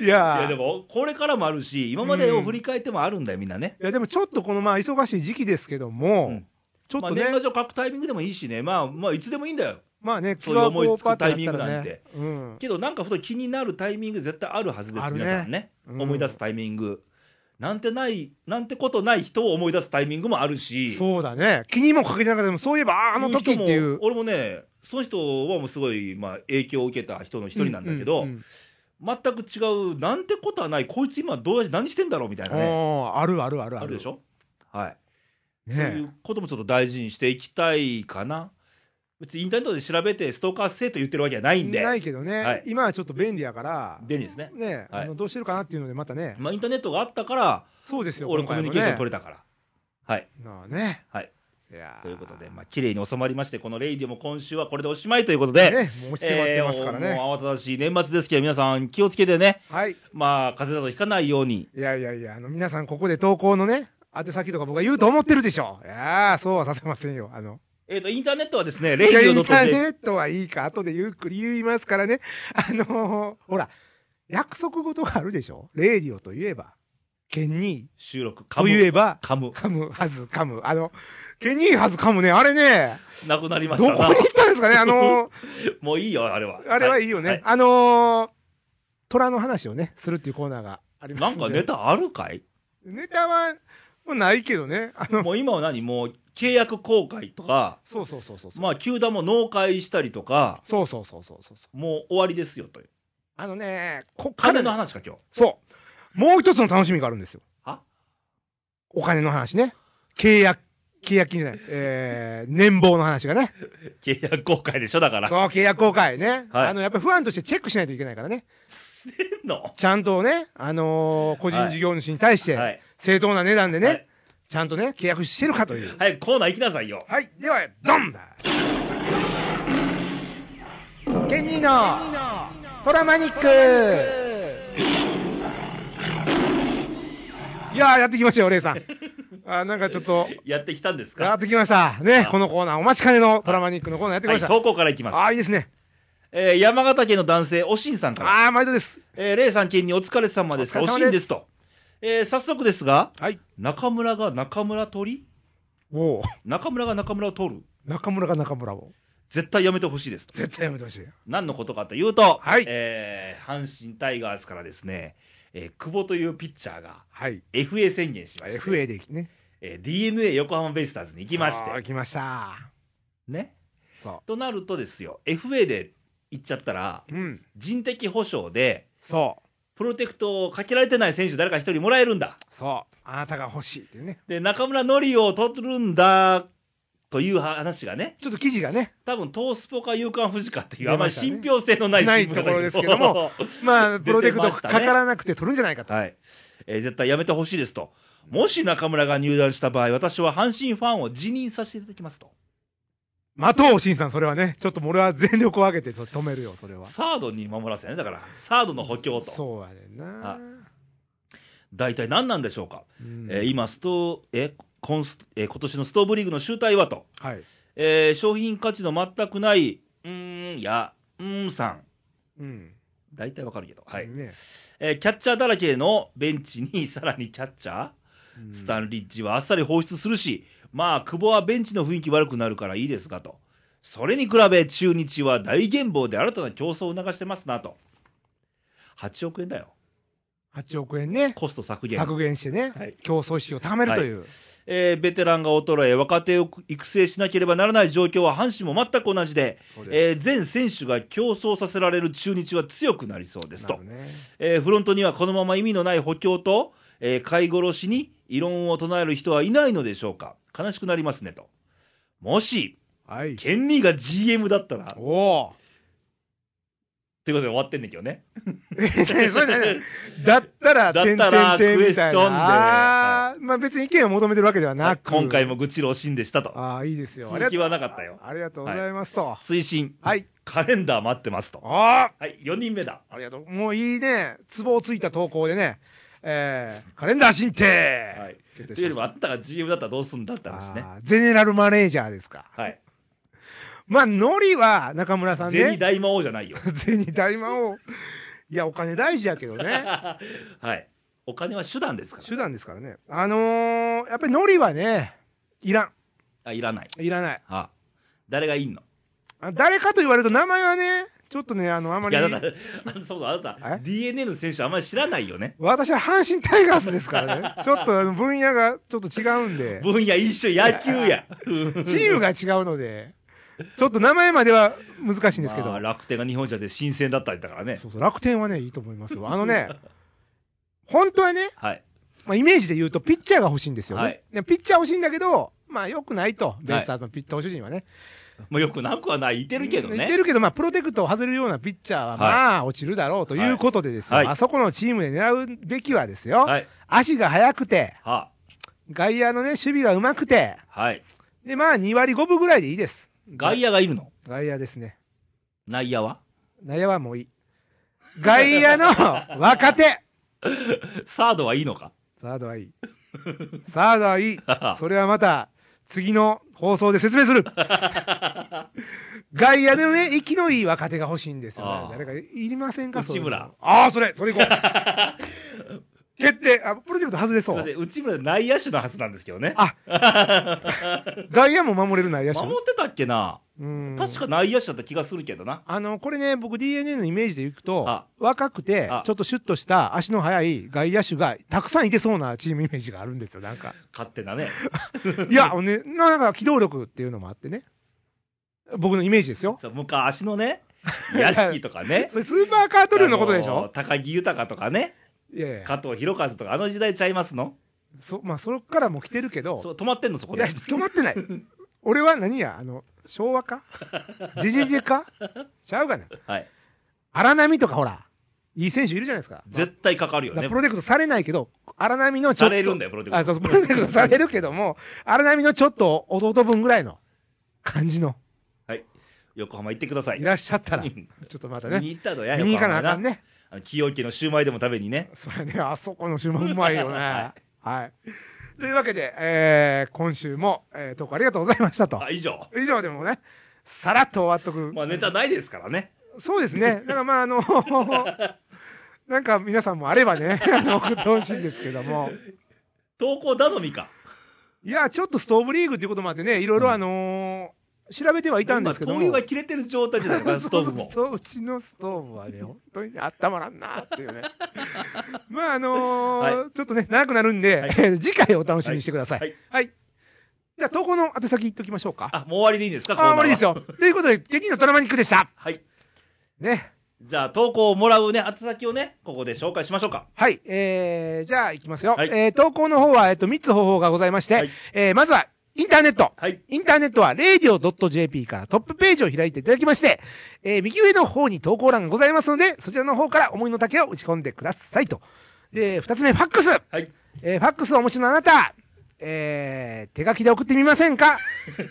[SPEAKER 2] い
[SPEAKER 1] い
[SPEAKER 2] や
[SPEAKER 1] や
[SPEAKER 2] いや
[SPEAKER 1] で
[SPEAKER 2] でも、
[SPEAKER 1] もこれからもあるし今までを振り返ってもあるんだよみんなね、
[SPEAKER 2] ちょっとこのまあ忙しい時期ですけども、
[SPEAKER 1] うん
[SPEAKER 2] ちょっ
[SPEAKER 1] ま
[SPEAKER 2] と
[SPEAKER 1] あ、
[SPEAKER 2] ね、
[SPEAKER 1] 年
[SPEAKER 2] ま
[SPEAKER 1] 賀
[SPEAKER 2] あ、
[SPEAKER 1] 状書くタイミングでもいいしねまあまあいつでもいいんだよ
[SPEAKER 2] ね、
[SPEAKER 1] そういう思いつく
[SPEAKER 2] 気がこう
[SPEAKER 1] タイミングなんて
[SPEAKER 2] パッとなっ
[SPEAKER 1] けどなんかふと気になるタイミング絶対あるはずです、
[SPEAKER 2] あるね
[SPEAKER 1] 皆さんね、
[SPEAKER 2] うん
[SPEAKER 1] 思い出すタイミングなんてないなんてことない人を思い出すタイミングもある
[SPEAKER 2] たらね
[SPEAKER 1] し
[SPEAKER 2] そうだね。気にもかけてなかったけど、そういえば、あーあの時ってい
[SPEAKER 1] 人
[SPEAKER 2] う
[SPEAKER 1] も。俺もねその人はもうすごい、まあ、影響を受けた人の一人なんだけど、
[SPEAKER 2] ううん
[SPEAKER 1] 全く違うなんてことはないこいつ今どうや何してんだろうみたいなね
[SPEAKER 2] おーあるあるある
[SPEAKER 1] あるでし
[SPEAKER 2] ょ。
[SPEAKER 1] ょはい、
[SPEAKER 2] ね
[SPEAKER 1] そういうこともちょっと大事にしていきたいかな別にインターネットで調べてストーカー性と言ってるわけじゃないんで
[SPEAKER 2] ないけどね、
[SPEAKER 1] はい
[SPEAKER 2] 今はちょっと便利やから、
[SPEAKER 1] 便利ですね、
[SPEAKER 2] ね、
[SPEAKER 1] はい
[SPEAKER 2] あのどうしてるかなっていうので、またね、
[SPEAKER 1] まあ、インターネットがあったから
[SPEAKER 2] そうですよ、
[SPEAKER 1] 俺
[SPEAKER 2] 今
[SPEAKER 1] コ
[SPEAKER 2] 回
[SPEAKER 1] ミュ
[SPEAKER 2] も
[SPEAKER 1] ニ
[SPEAKER 2] ね
[SPEAKER 1] ケーション取れたからはい
[SPEAKER 2] なあね。
[SPEAKER 1] はい。
[SPEAKER 2] やー
[SPEAKER 1] ということで、まあ綺麗に収まりましてこのレイディオも今週はこれでおしまいということで、
[SPEAKER 2] ね、もう必要ってますから
[SPEAKER 1] えー
[SPEAKER 2] ね。
[SPEAKER 1] もう慌ただしい年末ですけど皆さん気をつけてね
[SPEAKER 2] はい。
[SPEAKER 1] まあ、風邪などひかないように。
[SPEAKER 2] いやいやいや、あの、皆さんここで投稿のね、宛先とか僕が言うと思ってるでしょ。いやー、そうはさせませんよ。あの、
[SPEAKER 1] えっ、と、インターネットはですね、
[SPEAKER 2] イ
[SPEAKER 1] レ
[SPEAKER 2] ン
[SPEAKER 1] イ
[SPEAKER 2] タ
[SPEAKER 1] ディオ
[SPEAKER 2] ー
[SPEAKER 1] .jp。
[SPEAKER 2] ネットはいいか、後でゆっくり言いますからね。あのー、ほら、約束事があるでしょ。レーディオといえば、ケンニ
[SPEAKER 1] 収録、
[SPEAKER 2] ー
[SPEAKER 1] か
[SPEAKER 2] と
[SPEAKER 1] む。
[SPEAKER 2] いえば、
[SPEAKER 1] かむ。
[SPEAKER 2] 噛む、はず、噛む。あの、ケンニーはず噛むね。あれね、
[SPEAKER 1] なくなり
[SPEAKER 2] ど
[SPEAKER 1] ま
[SPEAKER 2] こ
[SPEAKER 1] し
[SPEAKER 2] に
[SPEAKER 1] た
[SPEAKER 2] 行
[SPEAKER 1] な
[SPEAKER 2] っ。たんですかね。あ の
[SPEAKER 1] もういいよ、あれは。
[SPEAKER 2] ー、あれはいいよね。
[SPEAKER 1] は
[SPEAKER 2] あのー、虎の話をね、するっていうコーナーがありま
[SPEAKER 1] な
[SPEAKER 2] す
[SPEAKER 1] ん
[SPEAKER 2] んで
[SPEAKER 1] かネタあるかい
[SPEAKER 2] ネタは、もうないけどね。あの、
[SPEAKER 1] もう今は何もう、契約公開とか、
[SPEAKER 2] そうそうそうそうそう。
[SPEAKER 1] まあ、球団も納会したりとか、
[SPEAKER 2] そうそうそうそうそうそう。
[SPEAKER 1] もう終わりですよ、という。
[SPEAKER 2] あのね、こっから
[SPEAKER 1] 金
[SPEAKER 2] ね
[SPEAKER 1] の話か、今日。
[SPEAKER 2] そう。もう一つの楽しみがあるんですよ。
[SPEAKER 1] は
[SPEAKER 2] お金の話ね。契約、契約金じゃない。えー、年俸の話がね。
[SPEAKER 1] 契約公開でしょ、だから
[SPEAKER 2] そ。う、契約公開ね。
[SPEAKER 1] はい
[SPEAKER 2] あの、やっぱり不安としてチェックしないといけないからね。
[SPEAKER 1] してんの
[SPEAKER 2] ちゃんとね、あのー個人事業主に対して、
[SPEAKER 1] はい。
[SPEAKER 2] 正当な値段でね、
[SPEAKER 1] はい
[SPEAKER 2] ちゃんとね、契約してるかという。
[SPEAKER 1] 早くコーナー行きなさいよ。
[SPEAKER 2] はい、では、ドンだケニーのトラマニックいやー、やってきましたよ、お 姉さん。あーなんかちょっと、
[SPEAKER 1] やってきたんです
[SPEAKER 2] や
[SPEAKER 1] か
[SPEAKER 2] ってきました。ね、このコーナー、お待ちかねのトラマニックのコーナーやってき
[SPEAKER 1] は
[SPEAKER 2] ま
[SPEAKER 1] い、
[SPEAKER 2] した。
[SPEAKER 1] 投稿からいきます。
[SPEAKER 2] ああ、いいですね。
[SPEAKER 1] えー山形県の男性、おしんさんから。
[SPEAKER 2] ああ、毎度です。
[SPEAKER 1] えー、レイさん県にお疲れ様です。
[SPEAKER 2] お
[SPEAKER 1] お
[SPEAKER 2] 疲れ様
[SPEAKER 1] し
[SPEAKER 2] です
[SPEAKER 1] んですと。えー早速ですが、
[SPEAKER 2] はい。
[SPEAKER 1] 中村が中村取り
[SPEAKER 2] おお、
[SPEAKER 1] 中村が中村を取る
[SPEAKER 2] 中村が中村を。
[SPEAKER 1] 絶対やめてほしいですと。
[SPEAKER 2] 絶対やめてほしい。
[SPEAKER 1] 何のことかというと、
[SPEAKER 2] はい
[SPEAKER 1] えー阪神タイガースからですね、えー久保というピッチャーが
[SPEAKER 2] はい。
[SPEAKER 1] FA 宣言しまして、
[SPEAKER 2] FA でね。
[SPEAKER 1] えー DNA 横浜ベイスターズに行きまし
[SPEAKER 2] そう
[SPEAKER 1] て、
[SPEAKER 2] 来ました。
[SPEAKER 1] ね。
[SPEAKER 2] そ
[SPEAKER 1] となるとですよ、FA で行っちゃったら、
[SPEAKER 2] う。うん。
[SPEAKER 1] 人的保障で、
[SPEAKER 2] そう。
[SPEAKER 1] プロテクトをかけられてない選手誰か一人もらえるんだ。
[SPEAKER 2] そう。あなたが欲しいっていうね。
[SPEAKER 1] で、中村のりを取るんだ、という話がね、
[SPEAKER 2] ちょっと記事がね、
[SPEAKER 1] 多分トースポか夕刊フジかっていう、あ
[SPEAKER 2] 出
[SPEAKER 1] ま
[SPEAKER 2] ま
[SPEAKER 1] り
[SPEAKER 2] したね
[SPEAKER 1] 信憑性のない
[SPEAKER 2] ない
[SPEAKER 1] 新聞だ
[SPEAKER 2] ところですけども。まあ、プロテクトかからなくて取るんじゃないかと。
[SPEAKER 1] はい。えー絶対やめてほしいですと。もし中村が入団した場合、私は阪神ファンを辞任させていただきますと。
[SPEAKER 2] まとう、しんさん、それはね。ちょっと俺は全力を挙げてそ止めるよ、それは。
[SPEAKER 1] サードに守らせね、だから、サードの補強と。
[SPEAKER 2] そうやねん
[SPEAKER 1] は
[SPEAKER 2] な。
[SPEAKER 1] 大体何なんでしょうか。
[SPEAKER 2] うん
[SPEAKER 1] えー今、ストえーコンスえー今年のストーブリーグの集大はと。
[SPEAKER 2] はい。
[SPEAKER 1] えー商品価値の全くない、うーん、や、うーんさん。
[SPEAKER 2] うん。
[SPEAKER 1] 大体わかるけど。はい。
[SPEAKER 2] ね。
[SPEAKER 1] えーキャッチャーだらけのベンチに さらにキャッチャー、
[SPEAKER 2] うん
[SPEAKER 1] スタンリッジはあっさり放出するし、まあ、久保はベンチの雰囲気悪くなるからいいですがと。それに比べ、中日は大減棒で新たな競争を促してますなと。8億円だよ。
[SPEAKER 2] 8億円ね、
[SPEAKER 1] コスト削減。
[SPEAKER 2] 削減してね、
[SPEAKER 1] はい
[SPEAKER 2] 競争意識を高めるという。
[SPEAKER 1] えーベテランが衰え、若手を育成しなければならない状況は阪神も全く同じで、
[SPEAKER 2] そうです
[SPEAKER 1] えー全選手が競争させられる中日は強くなりそうですと、
[SPEAKER 2] なるね
[SPEAKER 1] えーフロントにはこのまま意味のない補強と、えー買い殺しに異論を唱える人はいないのでしょうか、悲しくなりますねと、もし、
[SPEAKER 2] はい。
[SPEAKER 1] ケンリーが GM だったら、
[SPEAKER 2] おお。
[SPEAKER 1] ということで終わってんねんけどね、
[SPEAKER 2] えね それねだったら、
[SPEAKER 1] だった
[SPEAKER 2] てんて
[SPEAKER 1] ら
[SPEAKER 2] んてんみた
[SPEAKER 1] クエス
[SPEAKER 2] い
[SPEAKER 1] チョンで
[SPEAKER 2] な。あーまあ別に意見を求めてるわけではなく。
[SPEAKER 1] 今回。も愚痴老心でしたと、
[SPEAKER 2] ああ、いいですよ。あ
[SPEAKER 1] 続
[SPEAKER 2] りが
[SPEAKER 1] きはなかったよ、
[SPEAKER 2] ありがとうございますと。
[SPEAKER 1] 推進、
[SPEAKER 2] はい。
[SPEAKER 1] カレンダー待ってますと、
[SPEAKER 2] あ
[SPEAKER 1] はい、4人目だ、
[SPEAKER 2] あありがとう。もういいね。ツボをついた投稿でね。えー、カレンダー進呈
[SPEAKER 1] はい、
[SPEAKER 2] 決
[SPEAKER 1] と
[SPEAKER 2] 定
[SPEAKER 1] いうより
[SPEAKER 2] し
[SPEAKER 1] も
[SPEAKER 2] ま
[SPEAKER 1] あんたが GM だったらどうすんだって
[SPEAKER 2] した
[SPEAKER 1] 話ね、
[SPEAKER 2] あーゼネラルマネージャーですか。
[SPEAKER 1] はい、
[SPEAKER 2] まあ、ノリは中村さん
[SPEAKER 1] 銭
[SPEAKER 2] ね。
[SPEAKER 1] 大魔王じゃないよ、
[SPEAKER 2] 銭大魔王。いや、お金大事やけどね。
[SPEAKER 1] はい、お金は手段ですから、
[SPEAKER 2] 手段ですからね。あのー、やっぱりノリはね、いらん。
[SPEAKER 1] あいらない、
[SPEAKER 2] いらない。
[SPEAKER 1] はあ、誰がいんの
[SPEAKER 2] あ誰かと言われると名前はね、ちょっとね、あの、あま
[SPEAKER 1] い
[SPEAKER 2] り
[SPEAKER 1] や、、だから、あのそうそう、あなた、
[SPEAKER 2] え
[SPEAKER 1] DNA の選手あんまり知らないよね。
[SPEAKER 2] 私は阪神タイガースですから ね。ちょっとあの分野がちょっと違うんで、
[SPEAKER 1] 分野一緒、野球や。
[SPEAKER 2] チームが違うので、ちょっと名前までは難しいんですけど、
[SPEAKER 1] まあ楽天が日本じゃで新鮮だったりだからね。
[SPEAKER 2] そうそう楽天はね、いいと思いますよ。あのね、本当はね、
[SPEAKER 1] はい。
[SPEAKER 2] まあ、イメージで言うと、ピッチャーが欲しいんですよね。
[SPEAKER 1] はい
[SPEAKER 2] でピッチャー欲しいんだけど、まあ、よくないと、ベイスターズのピッチャー、投手陣はね。
[SPEAKER 1] もうよくなくはない、いてるけど
[SPEAKER 2] 言って
[SPEAKER 1] ね。
[SPEAKER 2] るけど、まあ、プロテクトを外れるようなピッチャーは、まあ、落ちるだろうということでですよ、
[SPEAKER 1] はい
[SPEAKER 2] あそこのチームで狙うべきはですよ、
[SPEAKER 1] はい。
[SPEAKER 2] 足が速くて、
[SPEAKER 1] は
[SPEAKER 2] 外野のね、守備が上手くて、
[SPEAKER 1] あ、はい。
[SPEAKER 2] で、まあ、2割5分ぐらいでいいです。
[SPEAKER 1] 外野がいるの
[SPEAKER 2] 外野ですね。
[SPEAKER 1] 内野は
[SPEAKER 2] 内野はもういい。外野の若手
[SPEAKER 1] サードはいいのか
[SPEAKER 2] サードはいい。サードはいい。それはまた、次の放送で説明する。外野のね、息のいい若手が欲しいんですよ、
[SPEAKER 1] ああ
[SPEAKER 2] ね。誰かいりませんか
[SPEAKER 1] 内村。
[SPEAKER 2] そういうのああ、それ、それ行こう。 決定。あ、プロジェクト外れ
[SPEAKER 1] すい
[SPEAKER 2] そ
[SPEAKER 1] ま
[SPEAKER 2] う。
[SPEAKER 1] せん、内村内野手のはずなんですけどね。
[SPEAKER 2] あ外野も守れる内野手
[SPEAKER 1] 守。ってたっけな
[SPEAKER 2] うん
[SPEAKER 1] 確か内野手だった気がするけどな。
[SPEAKER 2] あの、これね、僕 DNA のイメージでいくと
[SPEAKER 1] あ、
[SPEAKER 2] 若くて
[SPEAKER 1] あ、
[SPEAKER 2] ちょっとシュッとした足の速い外野手がたくさんいてそうなチームイメージがあるんですよ、なん か。
[SPEAKER 1] 勝手 なね。
[SPEAKER 2] いや、ね、なんか機動力っていうのもあってね。僕のイメージですよ。
[SPEAKER 1] そう昔のね、屋敷とか ね。
[SPEAKER 2] それスーパーカートリオのことでし
[SPEAKER 1] あの
[SPEAKER 2] ょ
[SPEAKER 1] 高木豊とかね、
[SPEAKER 2] いやいや。
[SPEAKER 1] 加藤博和とか、あの時代ちゃいますの
[SPEAKER 2] そ、まあ、そこからも来てるけど、
[SPEAKER 1] そう止まってんのそこ
[SPEAKER 2] いや、
[SPEAKER 1] で
[SPEAKER 2] 止まってない。俺は何や、あの、昭和 かじじじかちゃうかな。
[SPEAKER 1] はい
[SPEAKER 2] 荒波とかほら、いい選手いるじゃないですか。
[SPEAKER 1] 絶対かかるよ
[SPEAKER 2] だから
[SPEAKER 1] ね
[SPEAKER 2] プロテクトされないけど、荒波のちょっ
[SPEAKER 1] さ
[SPEAKER 2] と。
[SPEAKER 1] れるんだよプロテクト
[SPEAKER 2] あ、そう、プロテクトされるけども、荒波のちょっと弟分ぐらいの感じの、
[SPEAKER 1] はい横浜行ってください
[SPEAKER 2] いらっしゃったら、
[SPEAKER 1] う
[SPEAKER 2] ち
[SPEAKER 1] ん
[SPEAKER 2] ょっとまた
[SPEAKER 1] 見に
[SPEAKER 2] ね、
[SPEAKER 1] 行ったとや
[SPEAKER 2] 見に行かなあかん
[SPEAKER 1] ね
[SPEAKER 2] ね。
[SPEAKER 1] あの清家のシューマイでも食べにね
[SPEAKER 2] それね、あそこのシューマイうまい よね。はい。というわけで、えー、今週も、えー、投稿ありがとうございましたと。
[SPEAKER 1] あ以上
[SPEAKER 2] 以上でもね、さらっと終わっとく。
[SPEAKER 1] まあネタないですからね
[SPEAKER 2] そうで すね。だからまあ、あのなんか皆さんもあればね、あの送ってほしいんですけども。
[SPEAKER 1] 投稿頼みか
[SPEAKER 2] いや、ちょっとストーブリーグっていうこともあってね、いろいろあのー調べてはいたんですけども。
[SPEAKER 1] 今灯油が切れてる状態じゃないですかストーブも
[SPEAKER 2] そうそうそううちのストーブはね、本当にね、あったまらんなっていうね。 まあ、あのーちょっとね、長くなるんで、
[SPEAKER 1] は
[SPEAKER 2] 次回お楽しみにしてください。
[SPEAKER 1] は
[SPEAKER 2] はいい。じゃあ、投稿の宛先言っときましょうか。あ
[SPEAKER 1] あもう終わりでいいんですか
[SPEAKER 2] あー、終わりです
[SPEAKER 1] よ
[SPEAKER 2] よ。ということで、ケニーのトラマニックでした。
[SPEAKER 1] はい
[SPEAKER 2] ね。
[SPEAKER 1] じゃあ投稿をもらうね宛先をねここで紹介しましょうか
[SPEAKER 2] はい。えー、じゃあ、行きますよ。
[SPEAKER 1] はい
[SPEAKER 2] えー、投稿の方は、えっと、3つ方法がございまして、
[SPEAKER 1] はい
[SPEAKER 2] えー、まずは、インターネット。
[SPEAKER 1] はい
[SPEAKER 2] インターネットは radio.jp からトップページを開いていただきまして、えー右上の方に投稿欄がございますので、そちらの方から思いの丈を打ち込んでくださいと。で、二つ目、ファックス。
[SPEAKER 1] はい
[SPEAKER 2] えーファックスをお持ちのあなた、えー手書きで送ってみませんか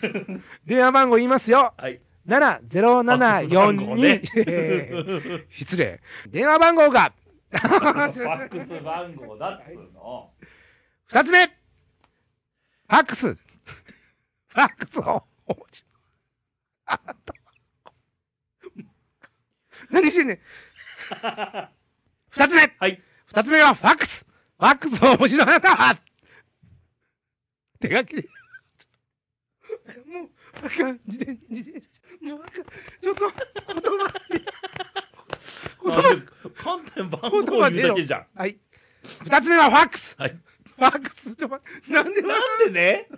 [SPEAKER 2] 電話番号言いますよ。
[SPEAKER 1] はい
[SPEAKER 2] 70742、
[SPEAKER 1] ね
[SPEAKER 2] えー失礼。電話番号が、
[SPEAKER 1] ファックス番号だっつうの
[SPEAKER 2] 二つ目ファックスファックスをお持ちあなた何してんねん二つ目
[SPEAKER 1] はい
[SPEAKER 2] 二つ目はファックスファックスをお持ちのあなた手書きで。もう、あかん。自転、自転車。もうあかん。ちょっと、言葉で。言葉
[SPEAKER 1] なんで簡単に番号言うだけじゃん
[SPEAKER 2] はい。二つ目はファックス。
[SPEAKER 1] はい。
[SPEAKER 2] ファックス。ちょ、まなんでファッ ク
[SPEAKER 1] なんでね、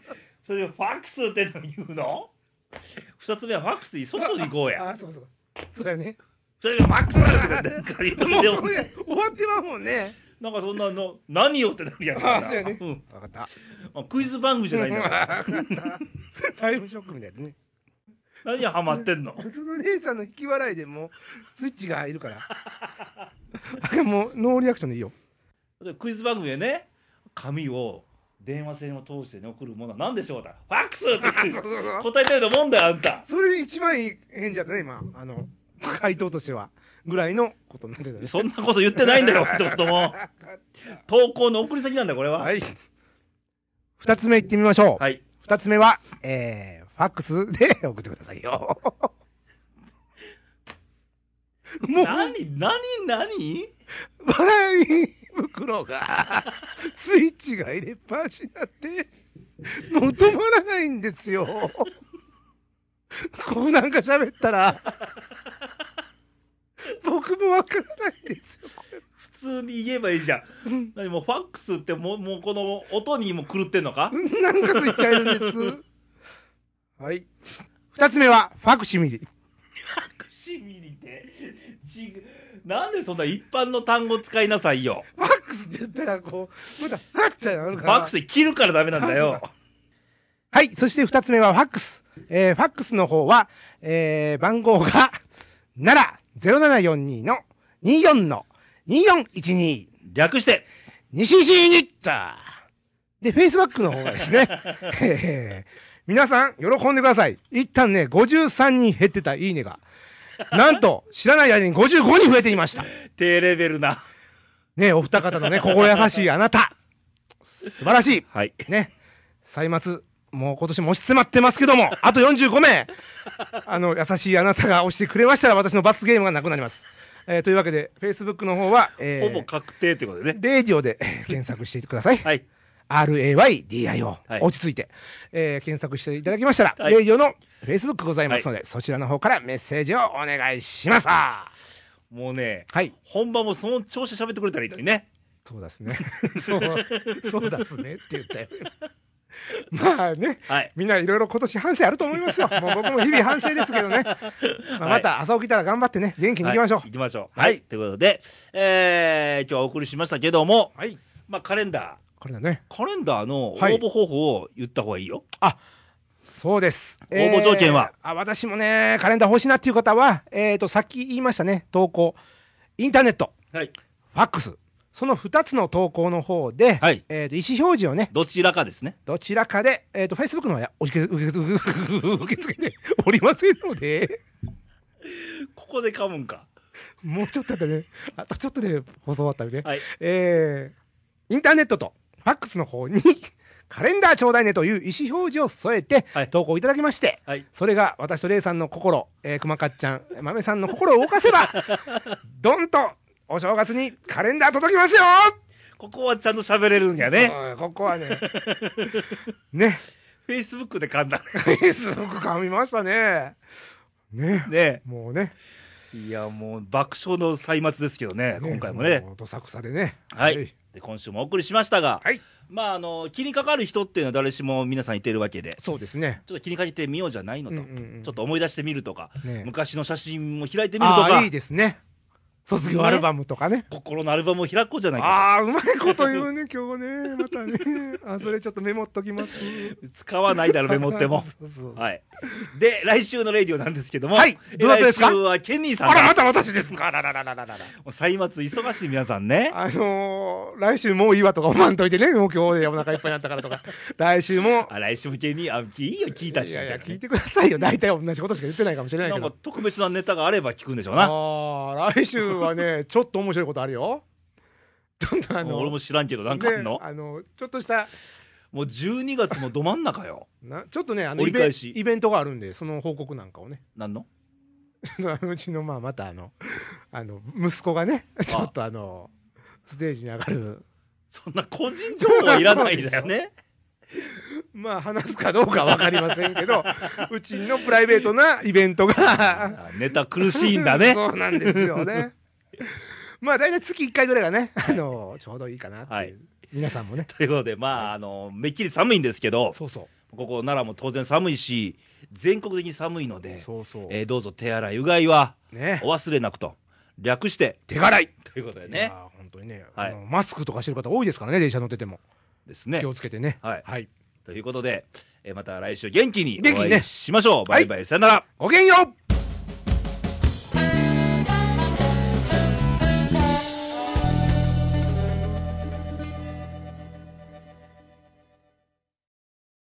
[SPEAKER 1] それでファックスっての言うの二つ目はファックスに外に行こう
[SPEAKER 2] ス
[SPEAKER 1] や。
[SPEAKER 2] あ、そうそう。それ ね。
[SPEAKER 1] それでファックスだってなんか言
[SPEAKER 2] もう
[SPEAKER 1] う
[SPEAKER 2] そ
[SPEAKER 1] て
[SPEAKER 2] れ終わってまうもんね。
[SPEAKER 1] なんかそんなの、何よってなるやんか
[SPEAKER 2] あそうやね
[SPEAKER 1] ん
[SPEAKER 2] わかった。
[SPEAKER 1] あクイズ番組じゃないんだから。
[SPEAKER 2] タイムショックみたい なね。
[SPEAKER 1] 何ハマってんの
[SPEAKER 2] 普通の姉さんの引き笑いでもうスイッチが入るから。あ もうノーリアクションでいいよ。
[SPEAKER 1] でクイズ番組でね、紙を電話線を通して、ね、送るものは何でしょうだファックスって言
[SPEAKER 2] そううそうそう
[SPEAKER 1] 答えたようなもんだよ、あんた。
[SPEAKER 2] それ一番いい返事だったね、今。あの、回答としては。ぐらいのことになってたね。
[SPEAKER 1] そんなこと言ってない んだよ、ってことも。投稿の送り先なんだ、これは。
[SPEAKER 2] はい。二つ目行ってみましょう。
[SPEAKER 1] はい。
[SPEAKER 2] 二つ目は、えー、ファックスで送ってください よ。もう、
[SPEAKER 1] 何何何
[SPEAKER 2] 笑い袋 が、スイッチが入れっぱなしになって、もう止まらないんですよ。こうなんか喋ったら、僕もわからないんですよ。
[SPEAKER 1] 普通に言えばいいじゃん。何もうファックスってもう、もうこの音にも狂ってんのか
[SPEAKER 2] なんかついちゃえるんです。はい。二つ目は、ファクシミリ。
[SPEAKER 1] しみりで。ちぐなんでそんな一般の単語使いなさいよ。
[SPEAKER 2] ファックスって言ったら、こう、また、はっちゃなる
[SPEAKER 1] フ
[SPEAKER 2] か
[SPEAKER 1] ァ
[SPEAKER 2] ら。
[SPEAKER 1] ックス切るからダメなんだよ。
[SPEAKER 2] はい。そして二つ目はファックス。えー、ファックスの方は、えー、番号が、7-0742の24の2412
[SPEAKER 1] 略して、
[SPEAKER 2] 西シニッター。で、Facebook の方がですね、えー 皆さん、喜んでください。一旦ね、53人減ってたいいねが。なんと、知らない間に55人増えていました。
[SPEAKER 1] 低レベルな。
[SPEAKER 2] ね、お二方のね、心優しいあなた。素晴らしい。
[SPEAKER 1] はい。
[SPEAKER 2] ね、歳末、もう今年も押し詰まってます けども、あと45名、あの、優しいあなたが押してくれましたら、私の罰ゲームがなくなります。えーというわけで、Facebook の方は、え
[SPEAKER 1] ほぼ
[SPEAKER 2] ー、
[SPEAKER 1] 確定ということでね。
[SPEAKER 2] レディオでえー検索してください。
[SPEAKER 1] はい。
[SPEAKER 2] RAYDIO、
[SPEAKER 1] はい
[SPEAKER 2] 落ち着いて、えー検索していただきましたら、
[SPEAKER 1] はい
[SPEAKER 2] レディオの Facebook ございますので、そちらの方からメッセージをお願いします。は
[SPEAKER 1] もうね、
[SPEAKER 2] い。
[SPEAKER 1] 本番もその調子で喋ってくれたらいいのにね。
[SPEAKER 2] そうで すね。そう、そうですねって言ったよ。まあね、
[SPEAKER 1] はい
[SPEAKER 2] みんないろいろ今年反省あると思い ますよ。もう僕も日々反省ですけどね。まあ、また朝起きたら頑張ってね、元気に行きましょう
[SPEAKER 1] はい。行きましょう。
[SPEAKER 2] は
[SPEAKER 1] はいい。ということで、えー、今日はお送りしましたけども、
[SPEAKER 2] はい。
[SPEAKER 1] まあカレンダ
[SPEAKER 2] これだね。
[SPEAKER 1] ー、カレンダーの応
[SPEAKER 2] はい
[SPEAKER 1] 募方法を言った方がいいよ。
[SPEAKER 2] そうです。
[SPEAKER 1] 応募条件は
[SPEAKER 2] あ私もね、カレンダー欲しいなっていう方は、えっ、と、さっき言いましたね、投稿。インターネット、
[SPEAKER 1] はい。
[SPEAKER 2] ファックス。その2つの投稿の方で、
[SPEAKER 1] はい
[SPEAKER 2] えっ、と、意思表示をね、
[SPEAKER 1] どちらかですね。
[SPEAKER 2] どちらかで、えっ、と、Facebook の方は受け受け受け受け付けておりませんので、
[SPEAKER 1] ここで噛むんか。
[SPEAKER 2] もうちょっとでね、あとちょっとで放送終わったんで、
[SPEAKER 1] はい。
[SPEAKER 2] えー、インターネットとファックスの方に、 カレンダーちょうだいねという意思表示を添えて
[SPEAKER 1] はい
[SPEAKER 2] 投稿いただきまして、
[SPEAKER 1] はい
[SPEAKER 2] それが私とレイさんの心、えー、熊かっちゃん、まめさんの心を動か せば、どんとお正月にカレンダー届きますよ
[SPEAKER 1] ここはちゃんと喋れるんやね。
[SPEAKER 2] そうここはね、ね、
[SPEAKER 1] Facebook で噛んだ。
[SPEAKER 2] すごく噛みましたね。ね。
[SPEAKER 1] ね
[SPEAKER 2] もうね、
[SPEAKER 1] いや、もう爆笑の歳末ですけどね、今回もね。
[SPEAKER 2] うどさくさでね。
[SPEAKER 1] はい。で、今週もお送りしましたが、
[SPEAKER 2] はい。
[SPEAKER 1] まあ、あの、気にかかる人っていうのは誰しも皆さんいてるわけで、
[SPEAKER 2] そうですね。
[SPEAKER 1] ちょっと気にかけてみようじゃないのと、
[SPEAKER 2] うんうんうん
[SPEAKER 1] ちょっと思い出してみるとか、
[SPEAKER 2] ね
[SPEAKER 1] 昔の写真も開いてみると
[SPEAKER 2] あ
[SPEAKER 1] か
[SPEAKER 2] あ、いいですね。卒業アルバムとかね。
[SPEAKER 1] 心のアルバムを開こうじゃないか
[SPEAKER 2] ああ、うまいこと言うね、 今日ね。またね。あ、それちょっとメモっときます。
[SPEAKER 1] 使わないだ ろメモっ ても
[SPEAKER 2] そうそう
[SPEAKER 1] はいで来週のレディオなんですけども、
[SPEAKER 2] はいどなたですか
[SPEAKER 1] 来週はケニーさん
[SPEAKER 2] あ
[SPEAKER 1] が
[SPEAKER 2] ら、また私ですか。あららららら
[SPEAKER 1] も
[SPEAKER 2] らら。
[SPEAKER 1] う歳末忙しい皆さんね
[SPEAKER 2] あのー、来週もういいわとか思わんといてね。もう今日でお腹いっぱいになったからと か。来週も。
[SPEAKER 1] あ来週もケニーあいいよ聞いたし
[SPEAKER 2] い
[SPEAKER 1] みた
[SPEAKER 2] や
[SPEAKER 1] い
[SPEAKER 2] い
[SPEAKER 1] な
[SPEAKER 2] や、
[SPEAKER 1] ね
[SPEAKER 2] 聞いてくださいよ。大体同じことしか言ってないかもしれない
[SPEAKER 1] な
[SPEAKER 2] け
[SPEAKER 1] んか
[SPEAKER 2] ど。
[SPEAKER 1] 特別なネタがあれば聞くんでしょうな
[SPEAKER 2] ああ、来週はね、ちょっと面白いことあるよ。ちょっとあの、
[SPEAKER 1] 俺も知らんけどなんかあんの、
[SPEAKER 2] ねあのちょっとした
[SPEAKER 1] もう12月もど真ん中 よ
[SPEAKER 2] なちょっとねあの
[SPEAKER 1] 折り
[SPEAKER 2] イベ
[SPEAKER 1] 返し
[SPEAKER 2] イベントがあるんでその報告なんかをね
[SPEAKER 1] なんの
[SPEAKER 2] ちょっとあのうちのまあまたあのあの息子がねちょっとあのステージに上がる
[SPEAKER 1] そんな個人情報はいらないだよね
[SPEAKER 2] まあ話すかどうか分かりません けどうちのプライベートなイベントが
[SPEAKER 1] あネタ苦しいんだね
[SPEAKER 2] そうなんですよねまあ大体月1回ぐらいがね、あの、ちょうどいいかなっていう。
[SPEAKER 1] はい
[SPEAKER 2] 皆さんもね。
[SPEAKER 1] ということで、まあ、あの、めっきり寒いんですけど、
[SPEAKER 2] そうそ
[SPEAKER 1] ここ奈良も当然寒いし、全国的に寒いの
[SPEAKER 2] う。
[SPEAKER 1] で、
[SPEAKER 2] そうそう。
[SPEAKER 1] えーどうぞ手洗い、うがいは
[SPEAKER 2] ね
[SPEAKER 1] お。忘れなくと、略して、
[SPEAKER 2] 手洗い
[SPEAKER 1] ということで
[SPEAKER 2] いや
[SPEAKER 1] ね、
[SPEAKER 2] ー本当にね、
[SPEAKER 1] はい
[SPEAKER 2] あのマスクとかしてる方多いですからね電車乗ってても
[SPEAKER 1] ですね
[SPEAKER 2] 気。をつけてね
[SPEAKER 1] はい
[SPEAKER 2] はい、
[SPEAKER 1] ということで、えーまた来週元気に
[SPEAKER 2] 元気
[SPEAKER 1] お
[SPEAKER 2] にね
[SPEAKER 1] 会いしましょう。バイバイ、さよなら。
[SPEAKER 2] ごきげんよう